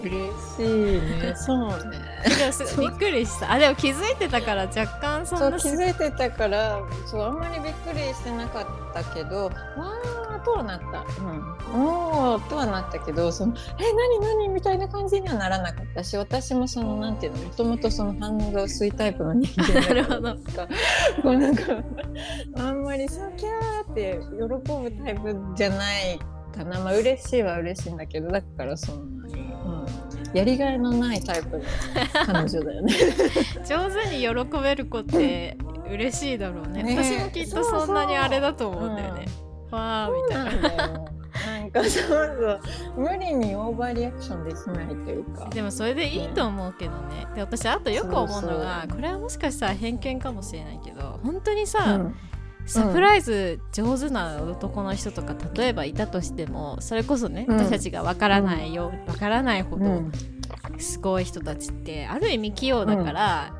Speaker 2: しいね そうね
Speaker 1: でもすごいびっくりしたあでも気づいてたから若干そん
Speaker 2: そう
Speaker 1: な
Speaker 2: 気づいてたからそうあんまりびっくりしてなかったけどわーとはなった、うん、おーとはなったけどそのえ何何みたいな感じにはならなかったし私もそのなんていうのもともとその反応が薄いタイプの人間だから
Speaker 1: なる
Speaker 2: んかこうなんかあんまりそうキャーって喜ぶタイプじゃないかなまあ嬉しいは嬉しいんだけどだからそんなに、うん、やりがいのないタイプの彼女だよね。
Speaker 1: 上手に喜べる子って嬉しいだろうね
Speaker 2: ね
Speaker 1: 私もきっとそんなにあれだと思うんだよねわあみたいな
Speaker 2: なんだよ。なんかそうそう無理にオーバーリアクションできないというか。
Speaker 1: でもそれでいいと思うけどねで私あとよく思うのが
Speaker 2: そう
Speaker 1: これはもしかしたら偏見かもしれないけど本当に
Speaker 2: う
Speaker 1: さ、
Speaker 2: ん
Speaker 1: サプライズ上手な男の人とか例えばいたとしてもそれこそね、
Speaker 2: うん
Speaker 1: 私たちがわからないよわからないほ
Speaker 2: う
Speaker 1: ど
Speaker 2: ん
Speaker 1: すごい人たちってある意味器用だから、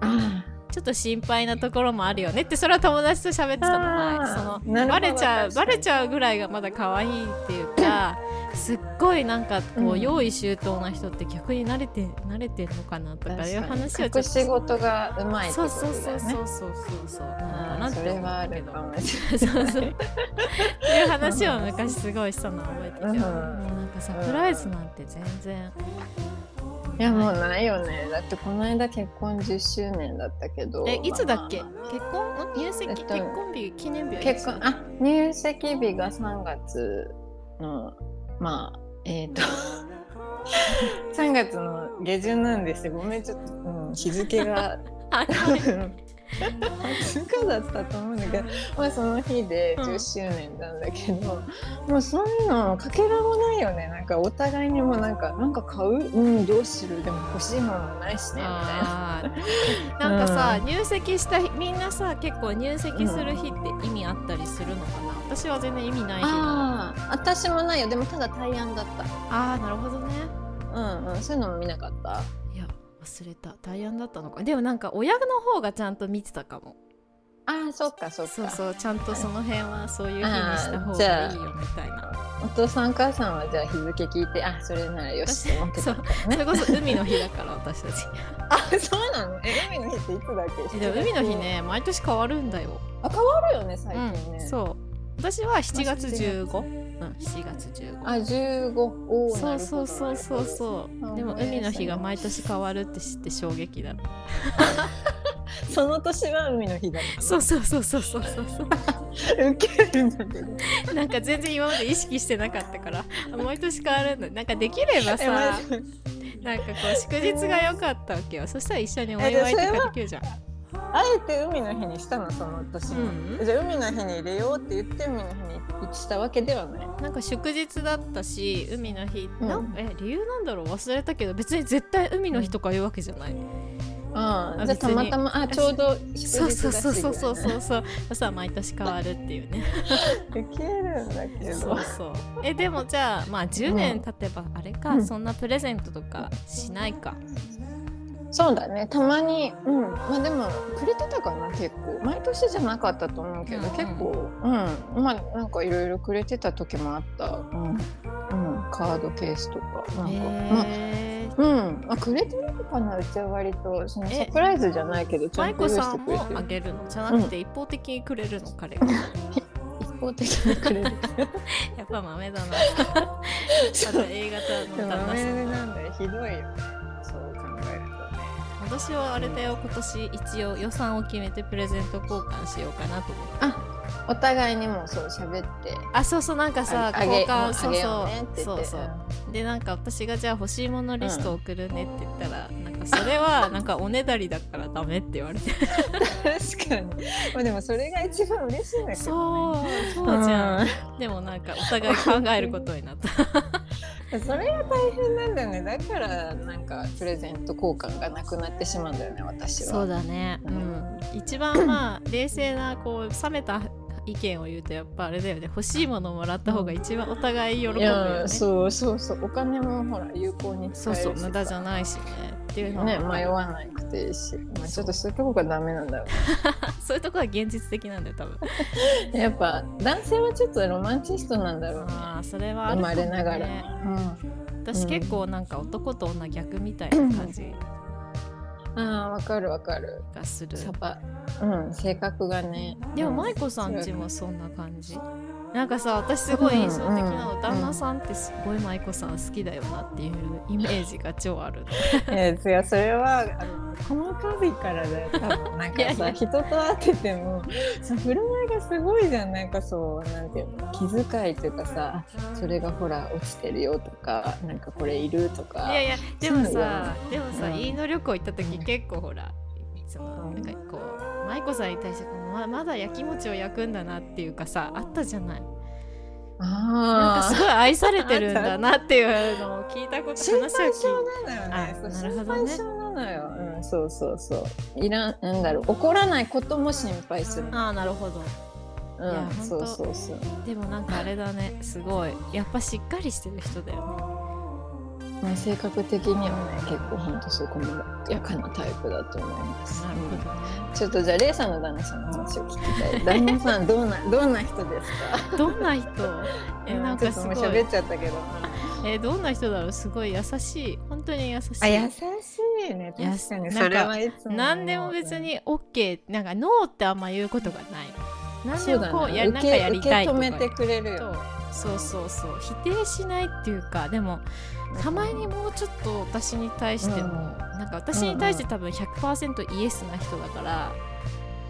Speaker 2: あ
Speaker 1: ちょっと心配なところもあるよねってそれは友達と喋ってたの
Speaker 2: あー
Speaker 1: はその
Speaker 2: なるほ
Speaker 1: バ
Speaker 2: ど
Speaker 1: レちゃう
Speaker 2: 確か
Speaker 1: バ
Speaker 2: に
Speaker 1: レちゃうぐらいがまだ可愛いっていうかすっごいなんかこ
Speaker 2: う
Speaker 1: うん用意周到な人って逆に慣れて慣れてるのかなと
Speaker 2: あ、
Speaker 1: かいう話をちょ
Speaker 2: 隠
Speaker 1: っと
Speaker 2: し事がうまいって
Speaker 1: そ
Speaker 2: こ
Speaker 1: う
Speaker 2: と
Speaker 1: そう
Speaker 2: だ
Speaker 1: そう
Speaker 2: よね
Speaker 1: そう。そうそうそう
Speaker 2: あ
Speaker 1: なんだなっ
Speaker 2: ー
Speaker 1: て
Speaker 2: そ
Speaker 1: 思
Speaker 2: れはあ
Speaker 1: うけ
Speaker 2: る
Speaker 1: ど
Speaker 2: かもし
Speaker 1: そうそうっていう話を昔すごいしたのを覚えてて、
Speaker 2: う
Speaker 1: も
Speaker 2: ん
Speaker 1: うなんかサプライズなんて全然、
Speaker 2: れない。いやもうないよね。だってこの間結婚10周年だったけど。
Speaker 1: えいつだっけ
Speaker 2: まあ
Speaker 1: 結婚ん入籍
Speaker 2: えっ
Speaker 1: 結
Speaker 2: と
Speaker 1: 婚日記念日はいつ
Speaker 2: 結婚あ入籍日が3月のまあえっ、と 3月の下旬なんですよごめんちょっと、うん、日付が
Speaker 1: はい
Speaker 2: 20日だったと思うん だけど、まあ、その日で
Speaker 1: うん
Speaker 2: 10周年なんだけど、もうそういうのかけらもないよねなんかお互いにもなんかなんか買ううんどうするでも欲しいものもないしねみたいな。
Speaker 1: あー なんかさ、
Speaker 2: う
Speaker 1: 入籍した日みんなさ結構入籍する日って意味あったりするのかな、私は全然意味ない日なの
Speaker 2: ああ私もないよでもただ対案だった
Speaker 1: あーなるほどね
Speaker 2: うんうんそういうのも見なかった
Speaker 1: いや忘れた大安だったのかでもなんか親の方がちゃんと見てたかも
Speaker 2: ああそっかそっか
Speaker 1: そうそうちゃんとその辺はそういう日にした方がいいよみたいな
Speaker 2: お父さんお母さんはじゃあ日付聞いてあそれならよしと思って
Speaker 1: そ
Speaker 2: た
Speaker 1: うそれこそ海の日だ から私たち
Speaker 2: あ そうなのえ海の日っていつだっけ
Speaker 1: えでも海の日ね毎年変わるんだよ、
Speaker 2: あ変わるよね最近
Speaker 1: う
Speaker 2: ね、
Speaker 1: んそう私は7月15うん7月15
Speaker 2: あ15おー
Speaker 1: そうそうそうそう
Speaker 2: う
Speaker 1: そう
Speaker 2: あ
Speaker 1: でも
Speaker 2: 思い出した
Speaker 1: 海の日が毎年変わるって知って衝撃だった
Speaker 2: その年は海の日だった
Speaker 1: そうそうそうそうそうそうそ
Speaker 2: ウケるんだけど
Speaker 1: うなんか全然今まで意識してなかったからあ毎年変わるんだなんかできれば
Speaker 2: え
Speaker 1: さ
Speaker 2: マジ
Speaker 1: なんかこう祝日が良かったわけよそしたら一緒にお祝いと
Speaker 2: えでそ
Speaker 1: か
Speaker 2: れは
Speaker 1: できるじゃん
Speaker 2: あえて海の日にしたのその年も、
Speaker 1: うん
Speaker 2: じゃあ海の日に入れようって言って海の日にしたわけではない
Speaker 1: なんか祝日だったし海の日、
Speaker 2: うん
Speaker 1: なんえ理由なんだろう忘れたけど別に絶対海の日とか言うわけじゃない、
Speaker 2: あ
Speaker 1: あ
Speaker 2: じゃあたまたまあちょうど祝日
Speaker 1: そう
Speaker 2: だし
Speaker 1: そうそうそうそう
Speaker 2: ぐら
Speaker 1: そ
Speaker 2: い
Speaker 1: うそうさ毎年変わるっていうね
Speaker 2: なウケるんだけど
Speaker 1: そうそうえでもじゃあまあ10年経てばあれか、
Speaker 2: うん
Speaker 1: そんなプレゼントとかしないか、
Speaker 2: そうだねたまにうんまあでもくれてたかな結構毎年じゃなかったと思うけど、
Speaker 1: うんうん
Speaker 2: 結構うんまあなんかいろいろくれてた時もあったうん、うん、カードケースとかなんか、まあ
Speaker 1: へー
Speaker 2: うん、あくれてるのかなうちは割とその
Speaker 1: え
Speaker 2: サプライズじゃないけどちゃ
Speaker 1: 舞
Speaker 2: んと用
Speaker 1: 子
Speaker 2: 意
Speaker 1: さ
Speaker 2: して
Speaker 1: ん
Speaker 2: くれ
Speaker 1: も
Speaker 2: て
Speaker 1: あ
Speaker 2: る
Speaker 1: げるのじゃなくて一方的にくれるの彼が、
Speaker 2: 一肯定してくれる
Speaker 1: やっぱ豆だ な。ま
Speaker 2: そう
Speaker 1: た A 型
Speaker 2: で
Speaker 1: の
Speaker 2: も
Speaker 1: 旦
Speaker 2: ア
Speaker 1: 那
Speaker 2: メ
Speaker 1: さ
Speaker 2: ール
Speaker 1: ん。
Speaker 2: なんだよひどいよねそう考えるとね
Speaker 1: 私はあれだよ、今年一応予算を決めてプレゼント交換しようかなと思って。
Speaker 2: お互いにもそう喋って
Speaker 1: あ、そうそう、なんかさ、
Speaker 2: あ
Speaker 1: 交
Speaker 2: あ
Speaker 1: 換、
Speaker 2: げ
Speaker 1: そう
Speaker 2: もうあげよねって
Speaker 1: そう。
Speaker 2: 言っ
Speaker 1: そう
Speaker 2: て
Speaker 1: そう。で、なんか私がじゃあ欲しいものリスト送るねって言ったら、なんかそれはなんかおねだりだからダメって言われて。
Speaker 2: 確かにまあでもそれが一番嬉しいんだけど、ね、
Speaker 1: そう、そううじゃん。
Speaker 2: ん
Speaker 1: でもなんかお互い考えることになった。
Speaker 2: それが大変なんだよねだからなんかプレゼント交換がなくなってしまうんだよね私は
Speaker 1: そうだね、う
Speaker 2: うんん、
Speaker 1: 一番まあ冷静なこう冷めた意見を言うとやっぱあれだよね欲しいものをもらった方が一番お互い喜ぶよ
Speaker 2: い
Speaker 1: ね
Speaker 2: やそうそうそうお金もほら有効に使
Speaker 1: そ
Speaker 2: え
Speaker 1: う
Speaker 2: るし
Speaker 1: そう無駄じゃないしねっていうの
Speaker 2: ね
Speaker 1: は
Speaker 2: 迷わなくていいし、まあ、ちょっとそういうとこがダメなんだろ
Speaker 1: そういうとこは現実的なんだよ多分
Speaker 2: うねやっぱ男性はちょっとロマンチストなんだろうね
Speaker 1: ああそれはあ
Speaker 2: 生
Speaker 1: るか
Speaker 2: ま
Speaker 1: も
Speaker 2: れながら、
Speaker 1: ね
Speaker 2: うん
Speaker 1: 私結構なんか男と女逆みたいな感じ
Speaker 2: ああわかるわかる
Speaker 1: がする、
Speaker 2: サバうん性格がね
Speaker 1: でも
Speaker 2: うん
Speaker 1: 舞子さんちもそんな感じなんかさ私すごい印象的な
Speaker 2: うんう
Speaker 1: の
Speaker 2: ん
Speaker 1: 旦那さんってすごい舞子さん好きだよなっていうイメージが超ある
Speaker 2: えー、いやそれはあのこの度からだよ多分なんかさ
Speaker 1: いやいや
Speaker 2: 人と会っててもその振る舞いがすごいじゃんなんかそうなんていうの気遣いというかさあそれがほら落ちてるよとかなんかこれいるとか
Speaker 1: いやいやでも
Speaker 2: そう
Speaker 1: さ
Speaker 2: だ
Speaker 1: でもさ
Speaker 2: うん
Speaker 1: 飯野旅行行った時
Speaker 2: うん
Speaker 1: 結構ほらその
Speaker 2: うん
Speaker 1: なんかこう舞子さんに対してままだやきもちを焼くんだなっていうかさあったじゃないなんか
Speaker 2: あ
Speaker 1: すごい愛されてるんだなっていうのを聞いたこ
Speaker 2: ー
Speaker 1: と
Speaker 2: 心
Speaker 1: 話を
Speaker 2: 配性
Speaker 1: 聞い
Speaker 2: なのよね
Speaker 1: あ
Speaker 2: そ
Speaker 1: な
Speaker 2: う
Speaker 1: るほ
Speaker 2: 心
Speaker 1: どね
Speaker 2: 配性なのよ、うん、そうそうそういらんなんだろう怒らないことも心配する、
Speaker 1: ああなるほど
Speaker 2: う
Speaker 1: いや
Speaker 2: ん、そうそうそう
Speaker 1: でもなんかあれだねすごいやっぱしっかりしてる人だよね
Speaker 2: まあ、性格的にはね結構ほんとそこもやかなタイプだと思います。
Speaker 1: なるほどね
Speaker 2: ちょっとじゃあレイさんの旦那さんの話を聞きた い。旦那さんどうなどんな人ですか？
Speaker 1: どん な人えなんか
Speaker 2: ち
Speaker 1: す
Speaker 2: ょっ
Speaker 1: ご
Speaker 2: ともう
Speaker 1: い
Speaker 2: 喋っちゃったけど。
Speaker 1: えどんな人だろうすごい優しい本当に優しい
Speaker 2: あ優しいね
Speaker 1: や
Speaker 2: 確かに
Speaker 1: なんか
Speaker 2: それはいつも思う。
Speaker 1: 何でも別に OK なんかノーってあんま言うことがない何で
Speaker 2: そう
Speaker 1: もこ
Speaker 2: だ
Speaker 1: う
Speaker 2: ね。
Speaker 1: やな
Speaker 2: 受
Speaker 1: んか
Speaker 2: け
Speaker 1: やり
Speaker 2: 受け
Speaker 1: たいと
Speaker 2: 止
Speaker 1: か
Speaker 2: めてくれるよ
Speaker 1: と
Speaker 2: ね。
Speaker 1: そうそうそう否定しないっていうかでもたまにもうちょっと私に対しても、
Speaker 2: うん
Speaker 1: なんか私に対して多分100%イエスな人だから、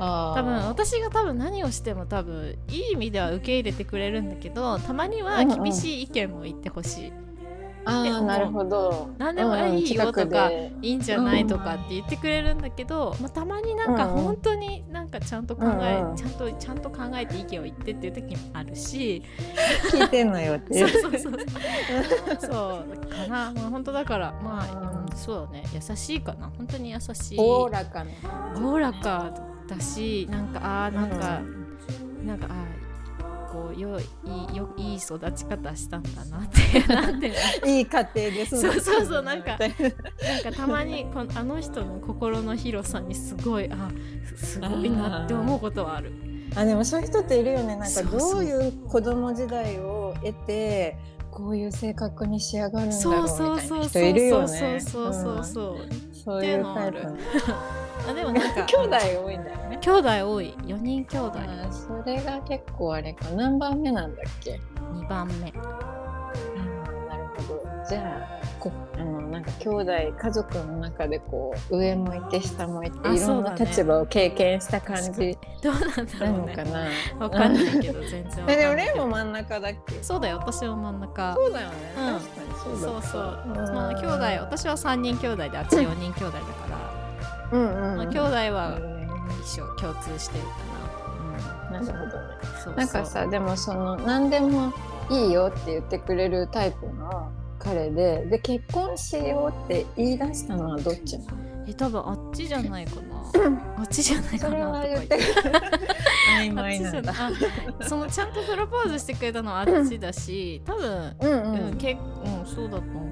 Speaker 2: あー
Speaker 1: 多分私が多分何をしても多分いい意味では受け入れてくれるんだけどたまには厳しい意見も言ってほしい、
Speaker 2: あ
Speaker 1: でも
Speaker 2: ーなるほど。
Speaker 1: 何でも
Speaker 2: うんうん
Speaker 1: いいよとか
Speaker 2: 近くで
Speaker 1: いいんじゃないとかって言ってくれるんだけど、まあ、たまになんか
Speaker 2: うんうん
Speaker 1: 本当になんかちゃんと考え、
Speaker 2: うんうん
Speaker 1: ちゃんとちゃんと考えて意見を言ってっていう時もあるし、
Speaker 2: 聞いてんのよってい
Speaker 1: そうそう
Speaker 2: う。
Speaker 1: そうそうかな、まあ、本当だからまあ、うんそうだね優しいかな本当に優しい
Speaker 2: おおらかな。
Speaker 1: おおらかだしなんかあーなんか、なんかあーこうよいいよいい育ち方したんだなって なんていうの
Speaker 2: いい家庭で育っただ
Speaker 1: そうそうそうなんか
Speaker 2: みたい
Speaker 1: なんかたまにこのあの人の心の広さにすごいあすすごいなって思うことはある。
Speaker 2: あでもそういう人っているよねなん
Speaker 1: そ
Speaker 2: か
Speaker 1: うそう
Speaker 2: どういう子供時代を得てこういう性格に仕上がるんだろ
Speaker 1: そううそう
Speaker 2: みたい
Speaker 1: そう
Speaker 2: な
Speaker 1: そ
Speaker 2: 人
Speaker 1: う
Speaker 2: いる
Speaker 1: そ
Speaker 2: よ
Speaker 1: うそ
Speaker 2: ね
Speaker 1: うそうそうそう。
Speaker 2: うんそういうタイプ
Speaker 1: っ
Speaker 2: の
Speaker 1: あでもなんか
Speaker 2: 兄弟多いんだよね
Speaker 1: 兄弟多い4人兄弟
Speaker 2: あーそれが結構あれか何番目なんだっけ
Speaker 1: 2番目
Speaker 2: なるほどじゃあこあのなんか兄弟家族の中でこう上もいて下もいて
Speaker 1: あ
Speaker 2: いろん
Speaker 1: そうだ
Speaker 2: な
Speaker 1: ね
Speaker 2: 立場を経験した感じ
Speaker 1: どうなんだ
Speaker 2: な
Speaker 1: ろう
Speaker 2: の
Speaker 1: ね
Speaker 2: かな。
Speaker 1: わかんないけど全然わか
Speaker 2: え
Speaker 1: ん
Speaker 2: でも
Speaker 1: ない
Speaker 2: レイも真ん中だっけ
Speaker 1: そうだよ私は真ん中
Speaker 2: そうだよね、
Speaker 1: うん
Speaker 2: 確かにそうだ
Speaker 1: そうそう
Speaker 2: うん
Speaker 1: まあ兄弟私は3人兄弟であっち4人兄弟だから、
Speaker 2: うんうんうん、
Speaker 1: まあ、兄弟は一緒共通してるか
Speaker 2: なるほどね
Speaker 1: なそうそう
Speaker 2: なんかさでもその何でもいいよって言ってくれるタイプの彼でで結婚しようって言い出したのはどっちなの
Speaker 1: え多分あっちじゃないかな あっちじゃないか
Speaker 2: それ
Speaker 1: な
Speaker 2: は
Speaker 1: とか
Speaker 2: 言
Speaker 1: 言
Speaker 2: っ
Speaker 1: って
Speaker 2: てくれる曖
Speaker 1: あっちじゃ
Speaker 2: だ
Speaker 1: ないあそのちゃんとプロポーズしてくれたのはあっちだし多分
Speaker 2: うん
Speaker 1: う、
Speaker 2: うんん
Speaker 1: けうんそうだったのかな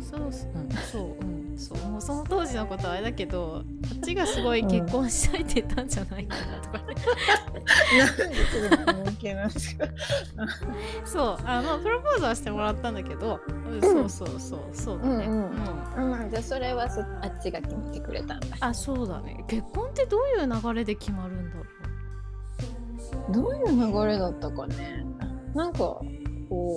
Speaker 1: そうすうんそううんそうもうその当時のことはあれだけどあっちがすごい結婚したいって言ったんじゃないかなとか、
Speaker 2: なんですぐ人気なんですか
Speaker 1: そうあまあプロポーズはしてもらったんだけど、うん、そうそうそうそうだね、
Speaker 2: うんうん
Speaker 1: うん
Speaker 2: うんじゃあそれはそあっちが決めてくれたんだ
Speaker 1: あそうだね結婚ってどういう流れで決まるんだろう
Speaker 2: どういう流れだったかねなんかこ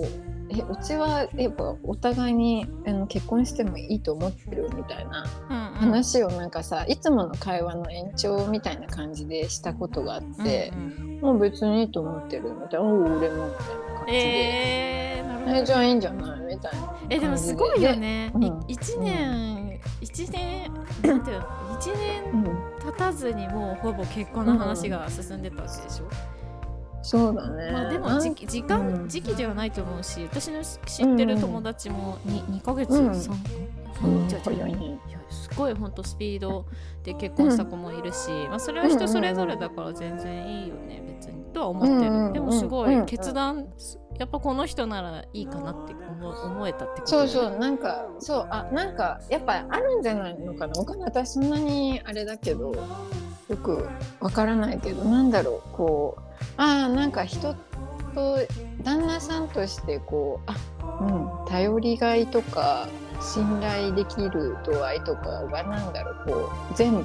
Speaker 2: うえうちはやっぱお互いにあの結婚してもいいと思ってるみたいな
Speaker 1: うんうん
Speaker 2: 話をなんかさいつもの会話の延長みたいな感じでしたことがあって
Speaker 1: う、んうん
Speaker 2: もう別にいいと思ってるみたいな「おう俺も」みたいな感じで
Speaker 1: えー、なるほど
Speaker 2: 「えじゃあいいんじゃない?」みたいな。
Speaker 1: えでもすごいよね、
Speaker 2: うん
Speaker 1: い一年一年なんていうの一
Speaker 2: う
Speaker 1: 年
Speaker 2: ん
Speaker 1: 経たずにもうほぼ結婚の話が進んでたわけでしょ、
Speaker 2: そうだね。
Speaker 1: まあ、で
Speaker 2: な
Speaker 1: も
Speaker 2: ん
Speaker 1: 時期時
Speaker 2: う
Speaker 1: 間
Speaker 2: ん
Speaker 1: 時期ではないと思うし私の知ってる友達も 2, 二ヶ月、
Speaker 2: うん
Speaker 1: 三
Speaker 2: うん
Speaker 1: じゃあ
Speaker 2: 早いね。
Speaker 1: いやすごい本当スピードで結婚した子もいるし、まあ、それは人それぞれだから全然いいよね別にとは思ってる、
Speaker 2: うんうんうん
Speaker 1: でもすご
Speaker 2: うんう
Speaker 1: い
Speaker 2: ん
Speaker 1: 決断やっぱこの人ならいいかなって思思えたってことだ
Speaker 2: そ
Speaker 1: よ
Speaker 2: う
Speaker 1: ね
Speaker 2: そうなんかそうあなんかやっぱあるんじゃないのかなお金私そんなにあれだけどよくわからないけどなんだろうこうあーなんか人と旦那さんとしてこうあうん頼りがいとか信頼できる度合いとかがなんだろうこう全部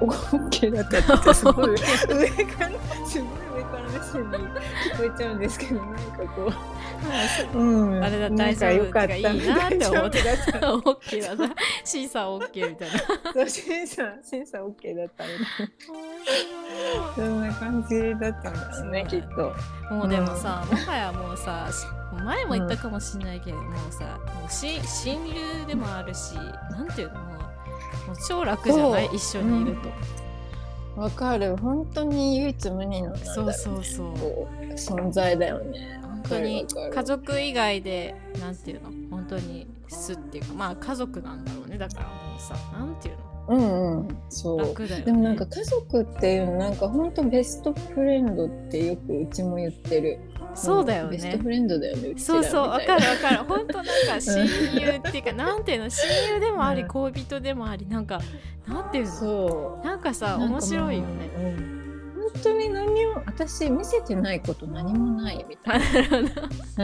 Speaker 2: OK だったっ てすごい上からすごい上から目線に聞こえちゃうんですけどなんかこう。うん、
Speaker 1: あれだ
Speaker 2: なんか良かった
Speaker 1: 大丈夫ってかいいなって思って
Speaker 2: 大丈夫 だっ
Speaker 1: オッケーだな。シーサーオッケーみたいな。
Speaker 2: たそう審査審査 OK だったみたいなそんな感じだったんだよねきっと
Speaker 1: もうでもさ、もはやもうさ、し前も言ったかもしれないけど、もうさ、もうし親友でもあるし、なんていうのもうもう超楽じゃない
Speaker 2: そう
Speaker 1: 一緒にいると。
Speaker 2: わかる本当に唯一無二のなんだ
Speaker 1: そう
Speaker 2: ろ
Speaker 1: そうそう。
Speaker 2: こう存在だよね
Speaker 1: 本当に
Speaker 2: わか
Speaker 1: 家
Speaker 2: る
Speaker 1: 族以外でなんていうの本当にすっていうかまあ家族なんだろうねだからもうさなんていう
Speaker 2: うんうん
Speaker 1: の
Speaker 2: そう
Speaker 1: 楽だよね
Speaker 2: でもなんか家族っていうのなんか本当ベストフレンドってよくうちも言ってる
Speaker 1: そうだよ
Speaker 2: ベスト
Speaker 1: ね
Speaker 2: フレンドだよねうちら
Speaker 1: そうそうわ
Speaker 2: みた
Speaker 1: か
Speaker 2: いな
Speaker 1: るわかる本当なん か親友っていうかなんていうの親友でもあり
Speaker 2: うん
Speaker 1: 恋人でもありなんかなんていうの
Speaker 2: そう
Speaker 1: なんかさ
Speaker 2: なんかもう
Speaker 1: 面白いよね。
Speaker 2: うん本当に何も私見せてないこと何もない みたいな。
Speaker 1: あ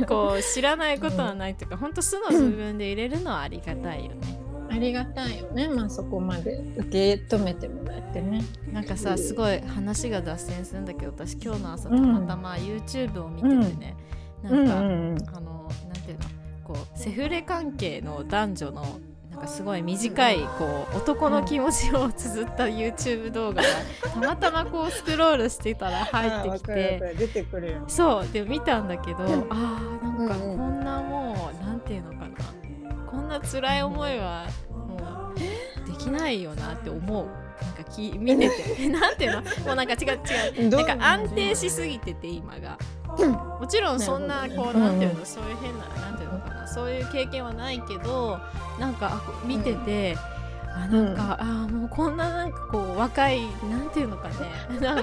Speaker 1: のこう知らないことはないというか本当素の自分で入れるのはありがたいよね。
Speaker 2: ありがたいよね。まあそこまで受け止めてもらってね。
Speaker 1: なんか
Speaker 2: う
Speaker 1: さ
Speaker 2: ん
Speaker 1: すごい話が脱線するんだけど私今日の朝たまたま YouTube を見ててね、なんか、
Speaker 2: ん
Speaker 1: あのなんていうのこうセフレ関係の男女のなんかすごい短いこう男の気持ちを綴った YouTube 動画がたまたまこうスクロールしてたら入ってきて。
Speaker 2: 出てくるよ。
Speaker 1: そうで見たんだけど、
Speaker 2: ん
Speaker 1: あーなんか
Speaker 2: うんうん
Speaker 1: こんなもうなんていうのかなこんな辛い思いはもうできないよなって思うなんかき見てて なんていうのもうなんか違う違う
Speaker 2: ど
Speaker 1: な
Speaker 2: うん
Speaker 1: か安定しすぎてて今がもちろんそんな
Speaker 2: なる
Speaker 1: こ
Speaker 2: ほ
Speaker 1: う
Speaker 2: どね
Speaker 1: なんていう
Speaker 2: うんう
Speaker 1: のそういう変ななんていうのかなそういう経験はないけどなんかあ見てて、あなんか、あーもうこんななんかこう若いなんていうのかね まあ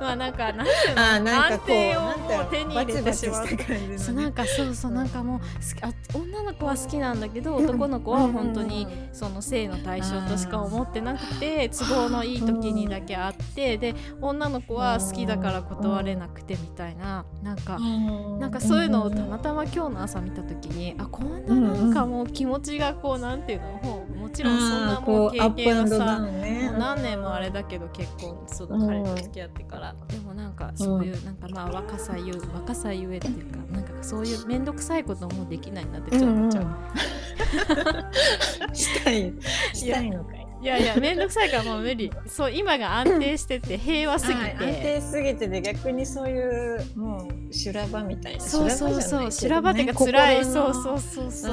Speaker 1: まあなんかなんていうの
Speaker 2: あーなんかこ
Speaker 1: 安
Speaker 2: う
Speaker 1: 定を
Speaker 2: なんだろう
Speaker 1: 手に入れてしまう
Speaker 2: バチバチした感じのね
Speaker 1: そうなんかそうそうなんかもう好きあ女の子は好きなんだけど男の子は本当にその性の対象としか思ってなくて都合のいい時にだけ会ってで女の子は好きだから断れなくてみたいななんか
Speaker 2: うん
Speaker 1: なんかそういうのをたまたま今日の朝見た時にあこんななんかもう気持ちがこうなんていうのもうもちろんそんなもう
Speaker 2: あーこうア
Speaker 1: 経
Speaker 2: ップ
Speaker 1: 験は
Speaker 2: ダ
Speaker 1: さ
Speaker 2: ウンね
Speaker 1: もう何年もあれだけど結婚そう
Speaker 2: うん
Speaker 1: 彼と付き合ってから、でもなんかそういう、なんかまあ若さゆ若さゆえっていうかなんかそういう面倒くさいこともできないなってちょっと思っちゃう、
Speaker 2: したいしたいのかい。
Speaker 1: いやいや面倒くさいからもう無理そう今が安定してて平和すぎ
Speaker 2: はい安
Speaker 1: て。
Speaker 2: 定すぎてで逆にそういうもう修羅場みたいな
Speaker 1: そうそうそう修
Speaker 2: 修
Speaker 1: 羅
Speaker 2: 羅
Speaker 1: 場っ
Speaker 2: 場じ
Speaker 1: て
Speaker 2: ゃ
Speaker 1: いうか辛い
Speaker 2: ないけどね心
Speaker 1: そう
Speaker 2: の
Speaker 1: そうそうそう
Speaker 2: う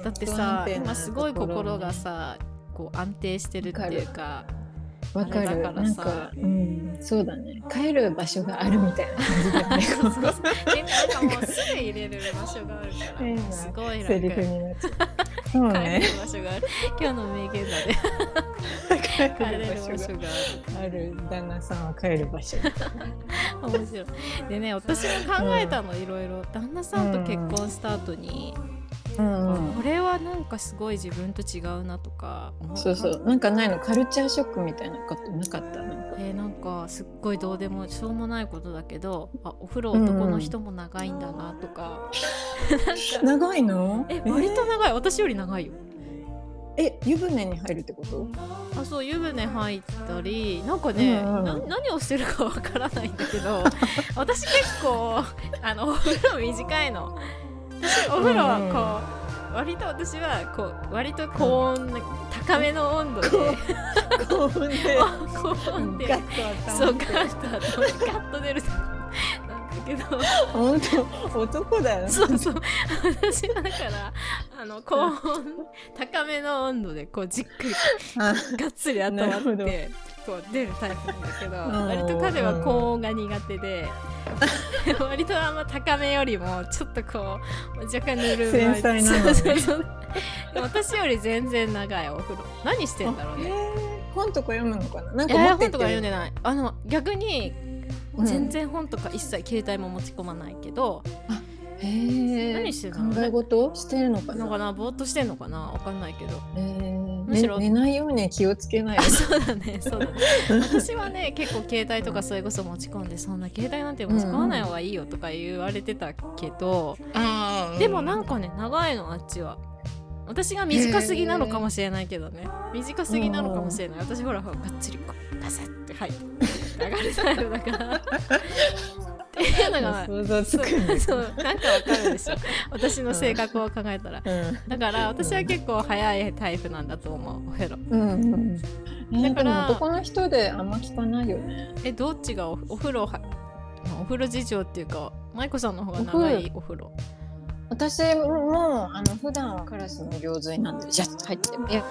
Speaker 2: ん
Speaker 1: だって
Speaker 2: 不
Speaker 1: さ
Speaker 2: 安定な
Speaker 1: 今すごい
Speaker 2: ところ
Speaker 1: 心がさこう安定してるっていうか
Speaker 2: わか
Speaker 1: あれ
Speaker 2: る
Speaker 1: だから
Speaker 2: なん
Speaker 1: さ
Speaker 2: か、うん、そうだね帰る場所があるみたいな感じだよね
Speaker 1: そうそうそうでなんかもうすぐ入れる場所があるか
Speaker 2: いい
Speaker 1: ら
Speaker 2: な
Speaker 1: すごい
Speaker 2: セリ
Speaker 1: 楽
Speaker 2: フになっちゃ うそう
Speaker 1: 帰れ
Speaker 2: ね
Speaker 1: る場所があ る今日の名言だね
Speaker 2: 帰
Speaker 1: 帰れる場所
Speaker 2: る場
Speaker 1: が
Speaker 2: 所がある旦那さんは帰る場所
Speaker 1: ある面白いでね私も考えたのいろいろ旦那さんと結婚した後に、
Speaker 2: うん、
Speaker 1: これはなんかすごい自分と違うなとか
Speaker 2: そうそうなんかないのカルチャーショックみたいなことなかったなんか
Speaker 1: えーなんかすっごいどうでもしょうもないことだけどあお風呂男の人も長いんだなとか、なんか
Speaker 2: 長いの
Speaker 1: え割と長い私より長いよ
Speaker 2: え湯船に入るっ てこと
Speaker 1: あそう湯船入ったりなんかね、
Speaker 2: うんうん
Speaker 1: な何をしてるかわからないんだけ ど私結構あのお風呂短いの私お風呂
Speaker 2: うんうん
Speaker 1: はこう、割と私はこう割と高温、高めの温度で
Speaker 2: こうね
Speaker 1: 高温で
Speaker 2: ガッと
Speaker 1: そう
Speaker 2: 頭
Speaker 1: ガッと頭にガッと出るなんだけ ど
Speaker 2: 本当男だよね
Speaker 1: そうそう私はだからあの高温高めの温度でこうじっくりが
Speaker 2: あ
Speaker 1: っつり温
Speaker 2: な
Speaker 1: ま
Speaker 2: るほ
Speaker 1: っ
Speaker 2: ど
Speaker 1: てこう出るタイプなんだけど
Speaker 2: ん
Speaker 1: 割と彼は高温が苦手 で割とあんま高めよりもちょっとこう若干ぬるま湯
Speaker 2: 繊細なのね
Speaker 1: そうそうそうでも私より全然長いお風呂何してんだろう
Speaker 2: え
Speaker 1: ね
Speaker 2: ー本とか読むのかななん
Speaker 1: え
Speaker 2: か持
Speaker 1: ー、
Speaker 2: っ
Speaker 1: 本
Speaker 2: てって
Speaker 1: とか読んでないあの逆に
Speaker 2: うん
Speaker 1: 全然本とか一切携帯も持ち込まないけど、
Speaker 2: へー
Speaker 1: 何してんだろうね
Speaker 2: 考え事してるのか
Speaker 1: な
Speaker 2: なん
Speaker 1: かなぼーっとしてんのかなわかんないけど
Speaker 2: えー
Speaker 1: むしろ
Speaker 2: ね寝ないようには気をつけな いよ
Speaker 1: あそうだねそうだね私はね結構携帯とかそれこそ持ち込んでそんな携帯なんて持ち込まない方がいいよとか言われてたけど、
Speaker 2: あー
Speaker 1: でもなんかね長いのあっちは私が短すぎなのかもしれないけどね短すぎなのかもしれない私ほらほらがっつりこうガサッて入って上がるタイプだからっていうの が
Speaker 2: 想像つ
Speaker 1: そ
Speaker 2: くんだ
Speaker 1: うそうなんかわかるでしょ私の性格を考えたら
Speaker 2: う
Speaker 1: だから私は結構早いタイプなんだと思うお風呂
Speaker 2: んうんうん
Speaker 1: だ
Speaker 2: だ
Speaker 1: か
Speaker 2: からら男の人であんま聞かないよね
Speaker 1: えどっちがおお風呂はまあお風呂事情っていうか舞子さんの方が長いお風呂
Speaker 2: 私もあの普段はカラスの行水なんでジャッと入っていやや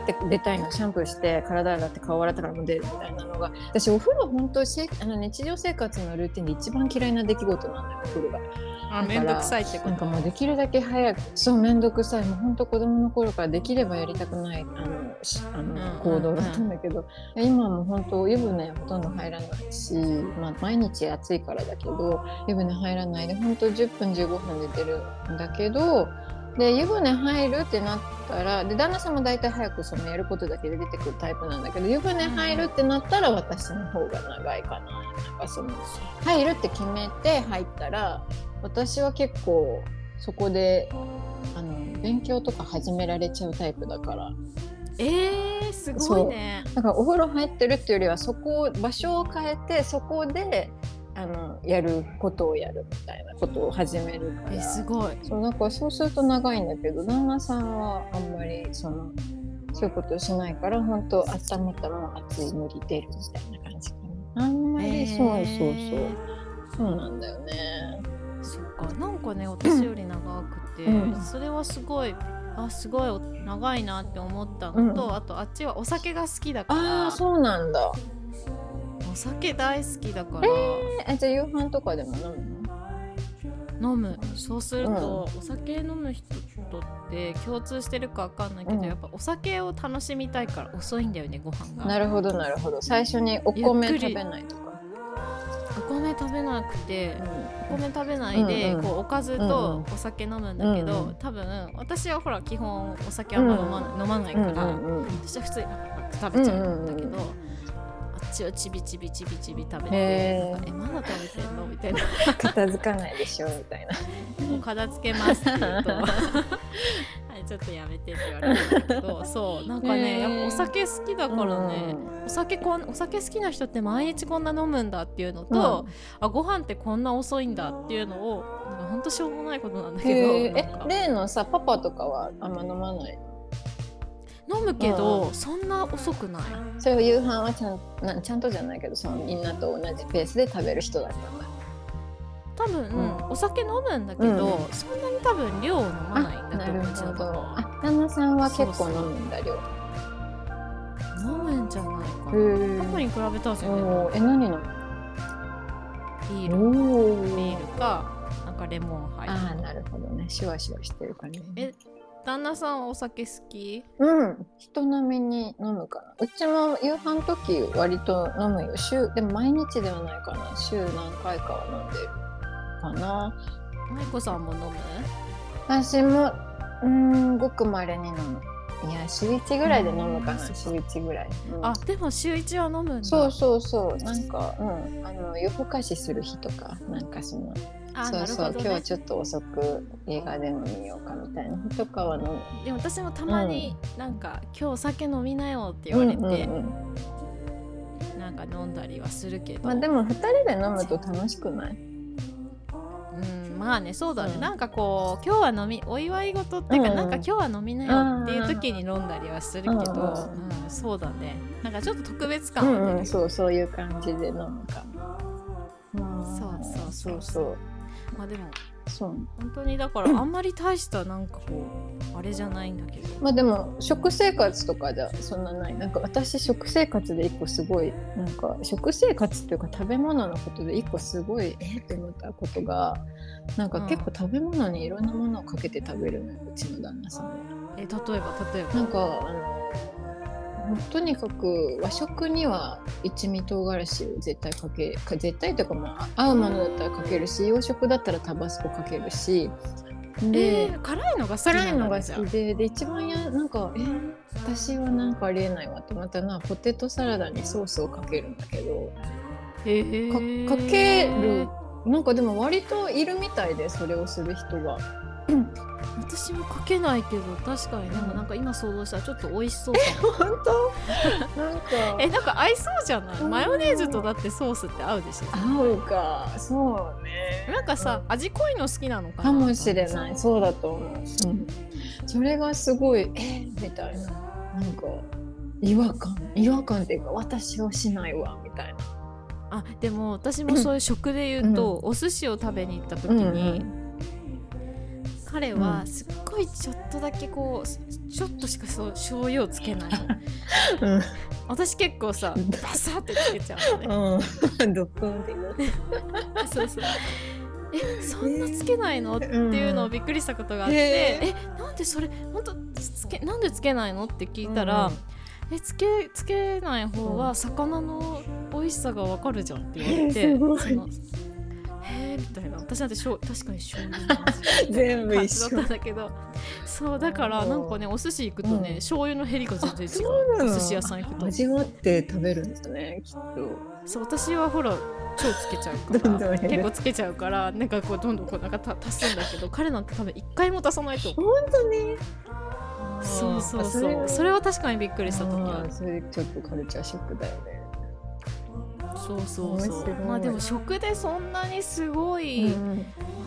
Speaker 2: って出たいのシャンプーして体洗って顔洗ったからもう出るみたいなのが私お風呂本当せあの日常生活のルーティンで一番嫌いな出来事なんだよお風呂が
Speaker 1: あめんどくさいってこ
Speaker 2: なんか
Speaker 1: と
Speaker 2: もうできるだけ早くそう面倒くさいもう本当子供の頃からできればやりたくないあのしあ
Speaker 1: うんうん
Speaker 2: の行動だったんだけど、今はもう本当湯船ほとんど入らないし、まあ、毎日暑いからだけど湯船入らないで本当10分15分で出るんだけどで湯船入るってなったらで旦那さんも大体早くそのやることだけで出てくるタイプなんだけど湯船入るってなったら私の方が長いかな。なんかその入るって決めて入ったら私は結構そこであの勉強とか始められちゃうタイプだから
Speaker 1: えー、すごいね
Speaker 2: だからお風呂入ってるっていうよりはそこを場所を変えてそこであのやることをやるみたいなことを始めるか
Speaker 1: え
Speaker 2: ら
Speaker 1: すごい
Speaker 2: そうなんかそうすると長いんだけど旦那さんはあんまりそのそういうことしないから本当温めたら熱いのり出るみたいな感じかなあんまりそうそうそうそうなんだよね。
Speaker 1: そうそうかなんかね私より長くて、
Speaker 2: うん
Speaker 1: それはすごいあすごいお長いなって思ったのと、
Speaker 2: うん
Speaker 1: あとあっちはお酒が好きだか
Speaker 2: あ
Speaker 1: ら
Speaker 2: あそうなんだ。
Speaker 1: お酒大好きだから、
Speaker 2: えじゃあ夕飯とかでも飲むの？
Speaker 1: 飲むそうすると、お酒飲む人とって共通してるかわかんないけど、
Speaker 2: うん
Speaker 1: やっぱお酒を楽しみたいから遅いんだよねご飯が
Speaker 2: なるほどなるほど。最初にお米
Speaker 1: ゆっく
Speaker 2: 食
Speaker 1: り
Speaker 2: べないとか。
Speaker 1: お米食べなくてお米食べな
Speaker 2: う
Speaker 1: い
Speaker 2: ん
Speaker 1: で、
Speaker 2: うん
Speaker 1: こうおかず
Speaker 2: う
Speaker 1: と
Speaker 2: ん
Speaker 1: お酒飲むんだけど、
Speaker 2: うんうん
Speaker 1: 多分私はほら基本お酒あんま飲まない,、飲まないから、
Speaker 2: うん
Speaker 1: 私は普通にパクパク食べちゃうんだけど、あっちはちびちびちびちび食べて
Speaker 2: へー
Speaker 1: なんかえまだ食べてんのみたいな
Speaker 2: 片付かないでしょみたいな。
Speaker 1: もう片付けますって言 うとはいちょっとやめてって言われるんだけどそうなんかね
Speaker 2: へ
Speaker 1: や
Speaker 2: ー
Speaker 1: っぱお酒好きだからね、
Speaker 2: うんうん
Speaker 1: お酒こんお酒好きな人って毎日こんな飲むんだっていうのと、
Speaker 2: うん
Speaker 1: あご飯ってこんな遅いんだっていうのをなんかほんとしょうもないことなんだけど
Speaker 2: へー
Speaker 1: なんか
Speaker 2: え例のさパパとかはあんま飲まない。
Speaker 1: 飲むけど、
Speaker 2: う
Speaker 1: そんな遅くない
Speaker 2: それを夕飯はちゃんなちゃんとじゃないけどそのみんなと同じペースで食べる人だったんだ。
Speaker 1: 多分、
Speaker 2: うん
Speaker 1: お酒飲むんだけど、そんなに多分量を飲まないんだ
Speaker 2: な
Speaker 1: と思
Speaker 2: る
Speaker 1: ううち
Speaker 2: ほ
Speaker 1: の
Speaker 2: ど
Speaker 1: パ。パ
Speaker 2: あ旦那さんは結構
Speaker 1: そう
Speaker 2: 飲
Speaker 1: そう
Speaker 2: むんだ量。
Speaker 1: 飲むんじゃないかな、
Speaker 2: へ
Speaker 1: パパに比べたら全然
Speaker 2: おーえ何飲む？
Speaker 1: ビール
Speaker 2: お
Speaker 1: ビー
Speaker 2: ー
Speaker 1: ルかなんかレモン入
Speaker 2: ああ
Speaker 1: る
Speaker 2: なるほどねシュワシュワしてる感じ。
Speaker 1: え旦那さんはお酒好き
Speaker 2: うん、人並みに飲むかな。うちも夕飯の時割と飲むよ。週でも毎日ではないかな。週何回かは飲んでるかな。
Speaker 1: 舞子さんも飲む
Speaker 2: 私もうーんごくまれに飲む。いや週一ぐらいで飲むかな。
Speaker 1: うん
Speaker 2: 週一ぐらい。うん
Speaker 1: あでも週一は飲むんだ
Speaker 2: そうそうそう。なんかうんあの夜更かしする日とかなんかその
Speaker 1: あ
Speaker 2: そうそ
Speaker 1: な
Speaker 2: う
Speaker 1: るほどね
Speaker 2: 今日はちょっと遅く映画でも見ようかみたいなのとかは飲む
Speaker 1: でも私もたまになんか「今日お酒飲みなよ」って言われて、
Speaker 2: うんうんうん
Speaker 1: なんか飲んだりはするけど、
Speaker 2: まあでも二人で飲むと楽しくな
Speaker 1: う
Speaker 2: い
Speaker 1: ん、まあねそうだね、
Speaker 2: うん
Speaker 1: なんかこう今日は飲みお祝い事っていうか、
Speaker 2: うん
Speaker 1: なんか今日は飲みなよっていう時に飲んだりはするけど、
Speaker 2: う
Speaker 1: う
Speaker 2: ん
Speaker 1: んそうだねなんかちょっと特別
Speaker 2: う
Speaker 1: 感は
Speaker 2: ん
Speaker 1: 出
Speaker 2: うん
Speaker 1: る、
Speaker 2: そうそういう感じで飲むかな
Speaker 1: そうそうそう
Speaker 2: そう
Speaker 1: まあでも
Speaker 2: そう
Speaker 1: 本当にだからあんまり大したなんかこうあれじゃないんだけど、
Speaker 2: まあでも食生活とかじゃそんなないなんか私食生活で一個すごいなんか食生活っていうか食べ物のことで一個すごいえっって思ったことがなんか結構食べ物にいろんなものをかけて食べるのようちの旦那さんは
Speaker 1: え例えば例えば
Speaker 2: なんかあのとにかく和食には一味唐辛子を絶対かけか絶対というかまあ合うものだったらかけるし洋食だったらタバスコかけるし
Speaker 1: え
Speaker 2: で、
Speaker 1: ー辛いのが好き
Speaker 2: 辛い
Speaker 1: な
Speaker 2: の
Speaker 1: ん
Speaker 2: が
Speaker 1: だじゃ
Speaker 2: 好
Speaker 1: ん
Speaker 2: きでで一番やなんかえー私はなんかありえないわってまたなポテトサラダにソースをかけるんだけど
Speaker 1: へー
Speaker 2: かかけるなんかでも割といるみたいでそれをする人が
Speaker 1: 私もかけないけど確かにでもなんか今想像したらちょっと美味し そうかも
Speaker 2: 本当 なんか
Speaker 1: えなんか合いそうじゃない
Speaker 2: うん
Speaker 1: マヨネーズとだってソースって合うでしょ
Speaker 2: 合うかそうね
Speaker 1: なんかさ、味濃いの好きなのかな
Speaker 2: かもしれないそうだと思う、それがすごいえーみたいななんか違和感違和感っていうか私はしないわみたいな
Speaker 1: あでも私もそういう食で言うと、お寿司を食べに行った時に、彼はすっごいちょっとだけこうちょっとしかそう醤油をつけないの 私結構さ
Speaker 2: うん
Speaker 1: バサってつけちゃうのね
Speaker 2: うん ドッンっていう
Speaker 1: そうそう。え、そんなつけないの、っていうのをびっくりしたことがあって、
Speaker 2: え
Speaker 1: え、なんでそれ本当つけなんでつけないのって聞いたら、えつけつけない方は魚の美味しさがわかるじゃんって言われて、
Speaker 2: えすごい
Speaker 1: そのへえみたいな私なんてしょう確かに醤油の味みたいな
Speaker 2: 全部一
Speaker 1: 感
Speaker 2: 緒
Speaker 1: じだったんだけどそうだからなんかねお寿司行くとね、
Speaker 2: うん
Speaker 1: 醤油の減りが全然違う
Speaker 2: うなの
Speaker 1: お寿司屋さん行くと
Speaker 2: 味わって食べるんですねきっ
Speaker 1: そう私はほら超つけちゃう
Speaker 2: ど
Speaker 1: か
Speaker 2: んどん
Speaker 1: ら
Speaker 2: 減る
Speaker 1: 結構つけちゃうからなんかこうどんどんこうなんかた足すんだけど彼なんて多分一回も足さないと思
Speaker 2: と
Speaker 1: う
Speaker 2: 本当に
Speaker 1: そうそう
Speaker 2: それ
Speaker 1: そう
Speaker 2: は
Speaker 1: それは確かにびっくりした時は
Speaker 2: あーそれちょっとカルチャーショックだよね
Speaker 1: そうそう
Speaker 2: 面
Speaker 1: そう
Speaker 2: 白い
Speaker 1: まあでも食でそんなにすごい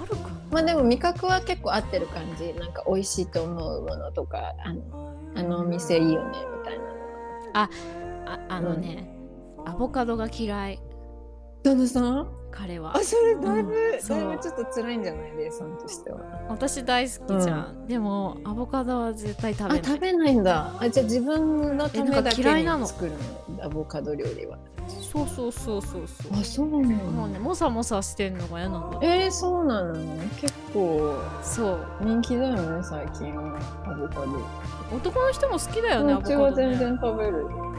Speaker 1: 悪くは
Speaker 2: まあでも味覚は結構合ってる感じなんか美味しいと思うものとかあのあのお店いいよねみたいな
Speaker 1: ああのね、アボカドが嫌い
Speaker 2: 旦那さん
Speaker 1: 彼は
Speaker 2: あそれだいぶ、
Speaker 1: うんそう
Speaker 2: だいぶちょっと辛いんじゃないレイさんとしては
Speaker 1: 私大好きじゃん、でもアボカドは絶対食べ
Speaker 2: あ
Speaker 1: ない
Speaker 2: 食べないんだあじゃあ自分のためだ
Speaker 1: えなんか
Speaker 2: け
Speaker 1: 嫌いなの
Speaker 2: に作るのアボカド料理は
Speaker 1: そうそうそうそうそう
Speaker 2: あそうな
Speaker 1: もう
Speaker 2: の、
Speaker 1: ねモサモサしてんのが嫌なんだ
Speaker 2: えー、そうなの結構
Speaker 1: そう
Speaker 2: 人気だよね最近アボカド
Speaker 1: 男の人も好きだよね、ア
Speaker 2: う
Speaker 1: ボ
Speaker 2: ち
Speaker 1: カ
Speaker 2: は
Speaker 1: ド、ね、
Speaker 2: 全然食べる
Speaker 1: うん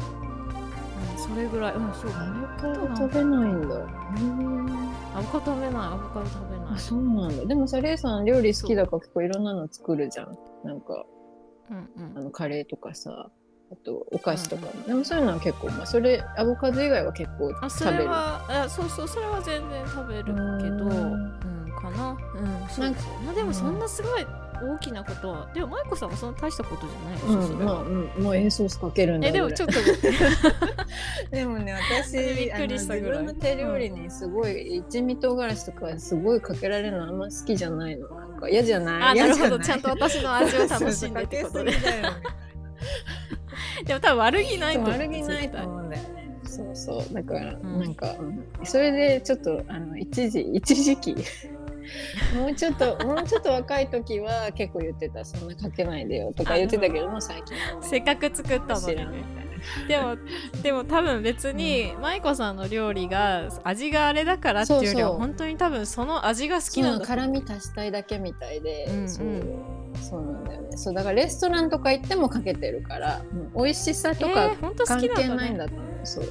Speaker 1: それぐらいうんそうだね
Speaker 2: アボカド食べないんだうん
Speaker 1: アボカド食べないアボカド食べな
Speaker 2: あ
Speaker 1: い、
Speaker 2: そうなんだでもさレイさん料理好きだから結構いろんなの作るじゃんなんか
Speaker 1: うん
Speaker 2: あ
Speaker 1: うん、
Speaker 2: のカレーとかさあとお菓子とかも、でもそういうのは結構まあそれアボカド以外は結構
Speaker 1: あそ
Speaker 2: 食べ
Speaker 1: れ
Speaker 2: る
Speaker 1: はあそうそうそれは全然食べるけど
Speaker 2: う
Speaker 1: うんかなうんそうそ
Speaker 2: なん
Speaker 1: う
Speaker 2: か
Speaker 1: まあでもそんなすごい大きなことはでもマイコさんはそんな大したことじゃないでし
Speaker 2: う
Speaker 1: ょ、そ
Speaker 2: ん
Speaker 1: れ
Speaker 2: まあ
Speaker 1: は、
Speaker 2: うんもうえーソースかけるんだ
Speaker 1: えでもちょ
Speaker 2: っ
Speaker 1: っと待って
Speaker 2: とでもね私
Speaker 1: びっくりしたぐらい
Speaker 2: あの自分の手料理にすごい一味唐辛子とかすごいかけられるのあんま好きじゃないのなんか嫌じゃ ない
Speaker 1: あな
Speaker 2: 嫌
Speaker 1: る
Speaker 2: じ
Speaker 1: ほ
Speaker 2: ゃ
Speaker 1: ど
Speaker 2: ない
Speaker 1: ちゃんと私の味を楽しんでってことで
Speaker 2: そうそうかけすぎだよね
Speaker 1: でも多分悪気ないと思う
Speaker 2: 悪気ない
Speaker 1: 絶
Speaker 2: と
Speaker 1: 対
Speaker 2: 思うんだよね。そうそうだから、
Speaker 1: ん
Speaker 2: なんか、うんそれでちょっとあの一時一時 期もうちょっともうちょっと若い時は結構言ってたそんなかけないでよとか言ってたけども最近は
Speaker 1: せっかく作ったの
Speaker 2: 知
Speaker 1: に
Speaker 2: らん
Speaker 1: ね
Speaker 2: みたいな
Speaker 1: でもでも多分別に舞子さんの料理が味があれだからっていうよりは
Speaker 2: そうそう
Speaker 1: 本当に多分その味が好き
Speaker 2: そう
Speaker 1: な
Speaker 2: なんの
Speaker 1: だ
Speaker 2: 辛み足したいだけみたいで、
Speaker 1: うんうん
Speaker 2: そうそうなんだよねそうだからレストランとか行ってもかけてるから、うん美味しさと
Speaker 1: え
Speaker 2: か
Speaker 1: ー本当好
Speaker 2: 関
Speaker 1: きなん
Speaker 2: 係
Speaker 1: だ,、
Speaker 2: ないん
Speaker 1: ね、
Speaker 2: だと思う、そう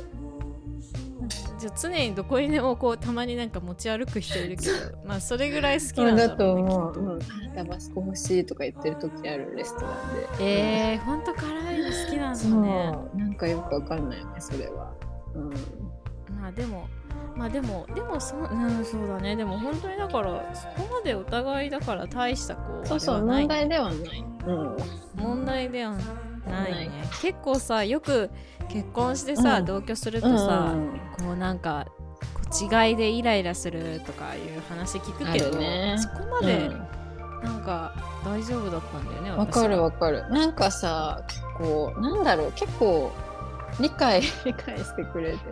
Speaker 1: じゃあ常にどこにでもこうたまになんか持ち歩く人いるけどまあそれぐらい好き
Speaker 2: そ
Speaker 1: な
Speaker 2: うん
Speaker 1: だ
Speaker 2: だ
Speaker 1: ろ
Speaker 2: と
Speaker 1: う、ね、
Speaker 2: 思
Speaker 1: き
Speaker 2: う、
Speaker 1: っと
Speaker 2: うん、タバスコ欲しいとか言ってる時あるレストランで
Speaker 1: えー、本当辛いの好きなんだ
Speaker 2: そう
Speaker 1: ね
Speaker 2: なんかよくわかんないよねそれは。うん
Speaker 1: まあでもまあでもでもそ,、うん、そうだねでも本当にだからそこまでお互いだから大したこう
Speaker 2: そうそ
Speaker 1: あれは
Speaker 2: う
Speaker 1: ない
Speaker 2: 問題ではない、うん、
Speaker 1: 問題ではないね
Speaker 2: な
Speaker 1: 結構さよく結婚してさ、
Speaker 2: うん
Speaker 1: 同居する
Speaker 2: うん
Speaker 1: とさ、こうなんかこう違いでイライラするとかいう話聞くけ
Speaker 2: あ
Speaker 1: ど、
Speaker 2: るね
Speaker 1: そこま
Speaker 2: うん
Speaker 1: でなんか大丈夫だったんだよね、
Speaker 2: わ
Speaker 1: 私は
Speaker 2: かるわかるなんかさ結構なんだろう結構理解 理解してくれてさ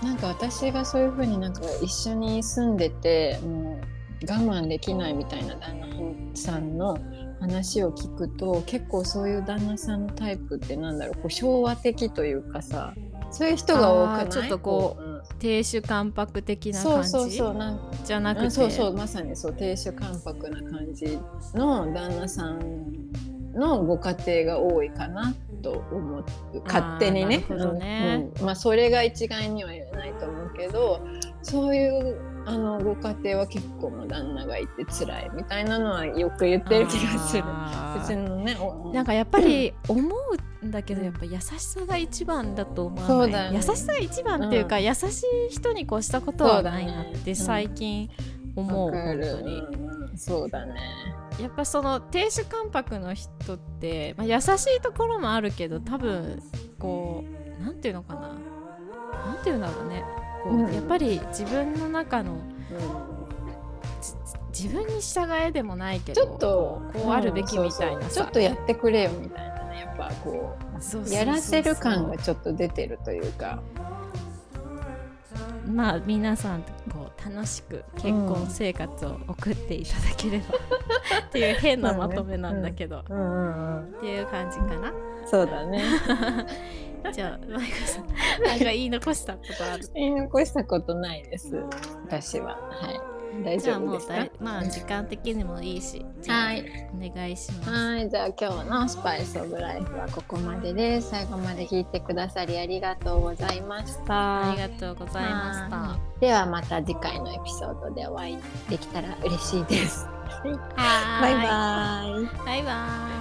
Speaker 2: なんか私がそういうふうになんか一緒に住んでてもう我慢できないみたいな旦那さんの話を聞くと結構そういう旦那さんのタイプってなんだろうこう昭和的というかさそういう人が多くな
Speaker 1: あー
Speaker 2: い
Speaker 1: ちょっとこう
Speaker 2: う、うん
Speaker 1: 亭主関白的な
Speaker 2: そ
Speaker 1: 感
Speaker 2: う
Speaker 1: じ
Speaker 2: そうそうなん
Speaker 1: じゃなくて
Speaker 2: あそうそうまさにそう亭主関白な感じの旦那さんのご家庭が多いかなと思う勝手にね
Speaker 1: なるほどね
Speaker 2: うんうんまあ、それが一概には言えないと思うけどそういうあのご家庭は結構もう旦那がいて辛いみたいなのはよく言ってる気がする。
Speaker 1: あー
Speaker 2: 別のねお
Speaker 1: なんかやっぱり思うんだけどやっぱ優しさが一番だと思わない
Speaker 2: そうだよね
Speaker 1: 優しさが一番っていうか、優しい人に越したことはないなっ
Speaker 2: そうだ
Speaker 1: て
Speaker 2: ね
Speaker 1: 最近思う、
Speaker 2: わか
Speaker 1: 本
Speaker 2: る
Speaker 1: 当に
Speaker 2: うんそうだね
Speaker 1: やっぱその亭主関白の人って、まあ、優しいところもあるけど多分こうなんていうのかななんていうんだろうねこう、
Speaker 2: うん
Speaker 1: やっぱり自分の中の
Speaker 2: うん
Speaker 1: じ自分に従えでもないけ
Speaker 2: ち
Speaker 1: ど
Speaker 2: ょっと
Speaker 1: こうこうあるべきみたいなさ、
Speaker 2: そうそうちょっとやってくれよみたいなねやっぱこう
Speaker 1: そうそうそうそう
Speaker 2: やらせる感がちょっと出てるというか
Speaker 1: まあ皆さんとこう楽しく結婚生活を送っていただければ、っていう変なまとめなんだけど、っていう感じかな。
Speaker 2: そうだ ね
Speaker 1: じゃあマイコ さんなんか言い残したことある。
Speaker 2: 言い残したことないです私ははい大
Speaker 1: じゃ
Speaker 2: 丈
Speaker 1: あ
Speaker 2: 夫
Speaker 1: も
Speaker 2: で
Speaker 1: う
Speaker 2: す
Speaker 1: だ
Speaker 2: か
Speaker 1: いまあ時間的にもいいし、じゃあ
Speaker 2: はい
Speaker 1: お願いします。
Speaker 2: はいじゃあ今日の「スパイス・オブ・ライフ」はここまでです最後まで聞いてくださりありがとうございました
Speaker 1: ありがとうございま
Speaker 2: ではまた次回のエピソードでお会いできたら嬉しいです
Speaker 1: した。は
Speaker 2: バイ
Speaker 1: ーい
Speaker 2: バイ
Speaker 1: バイバイ。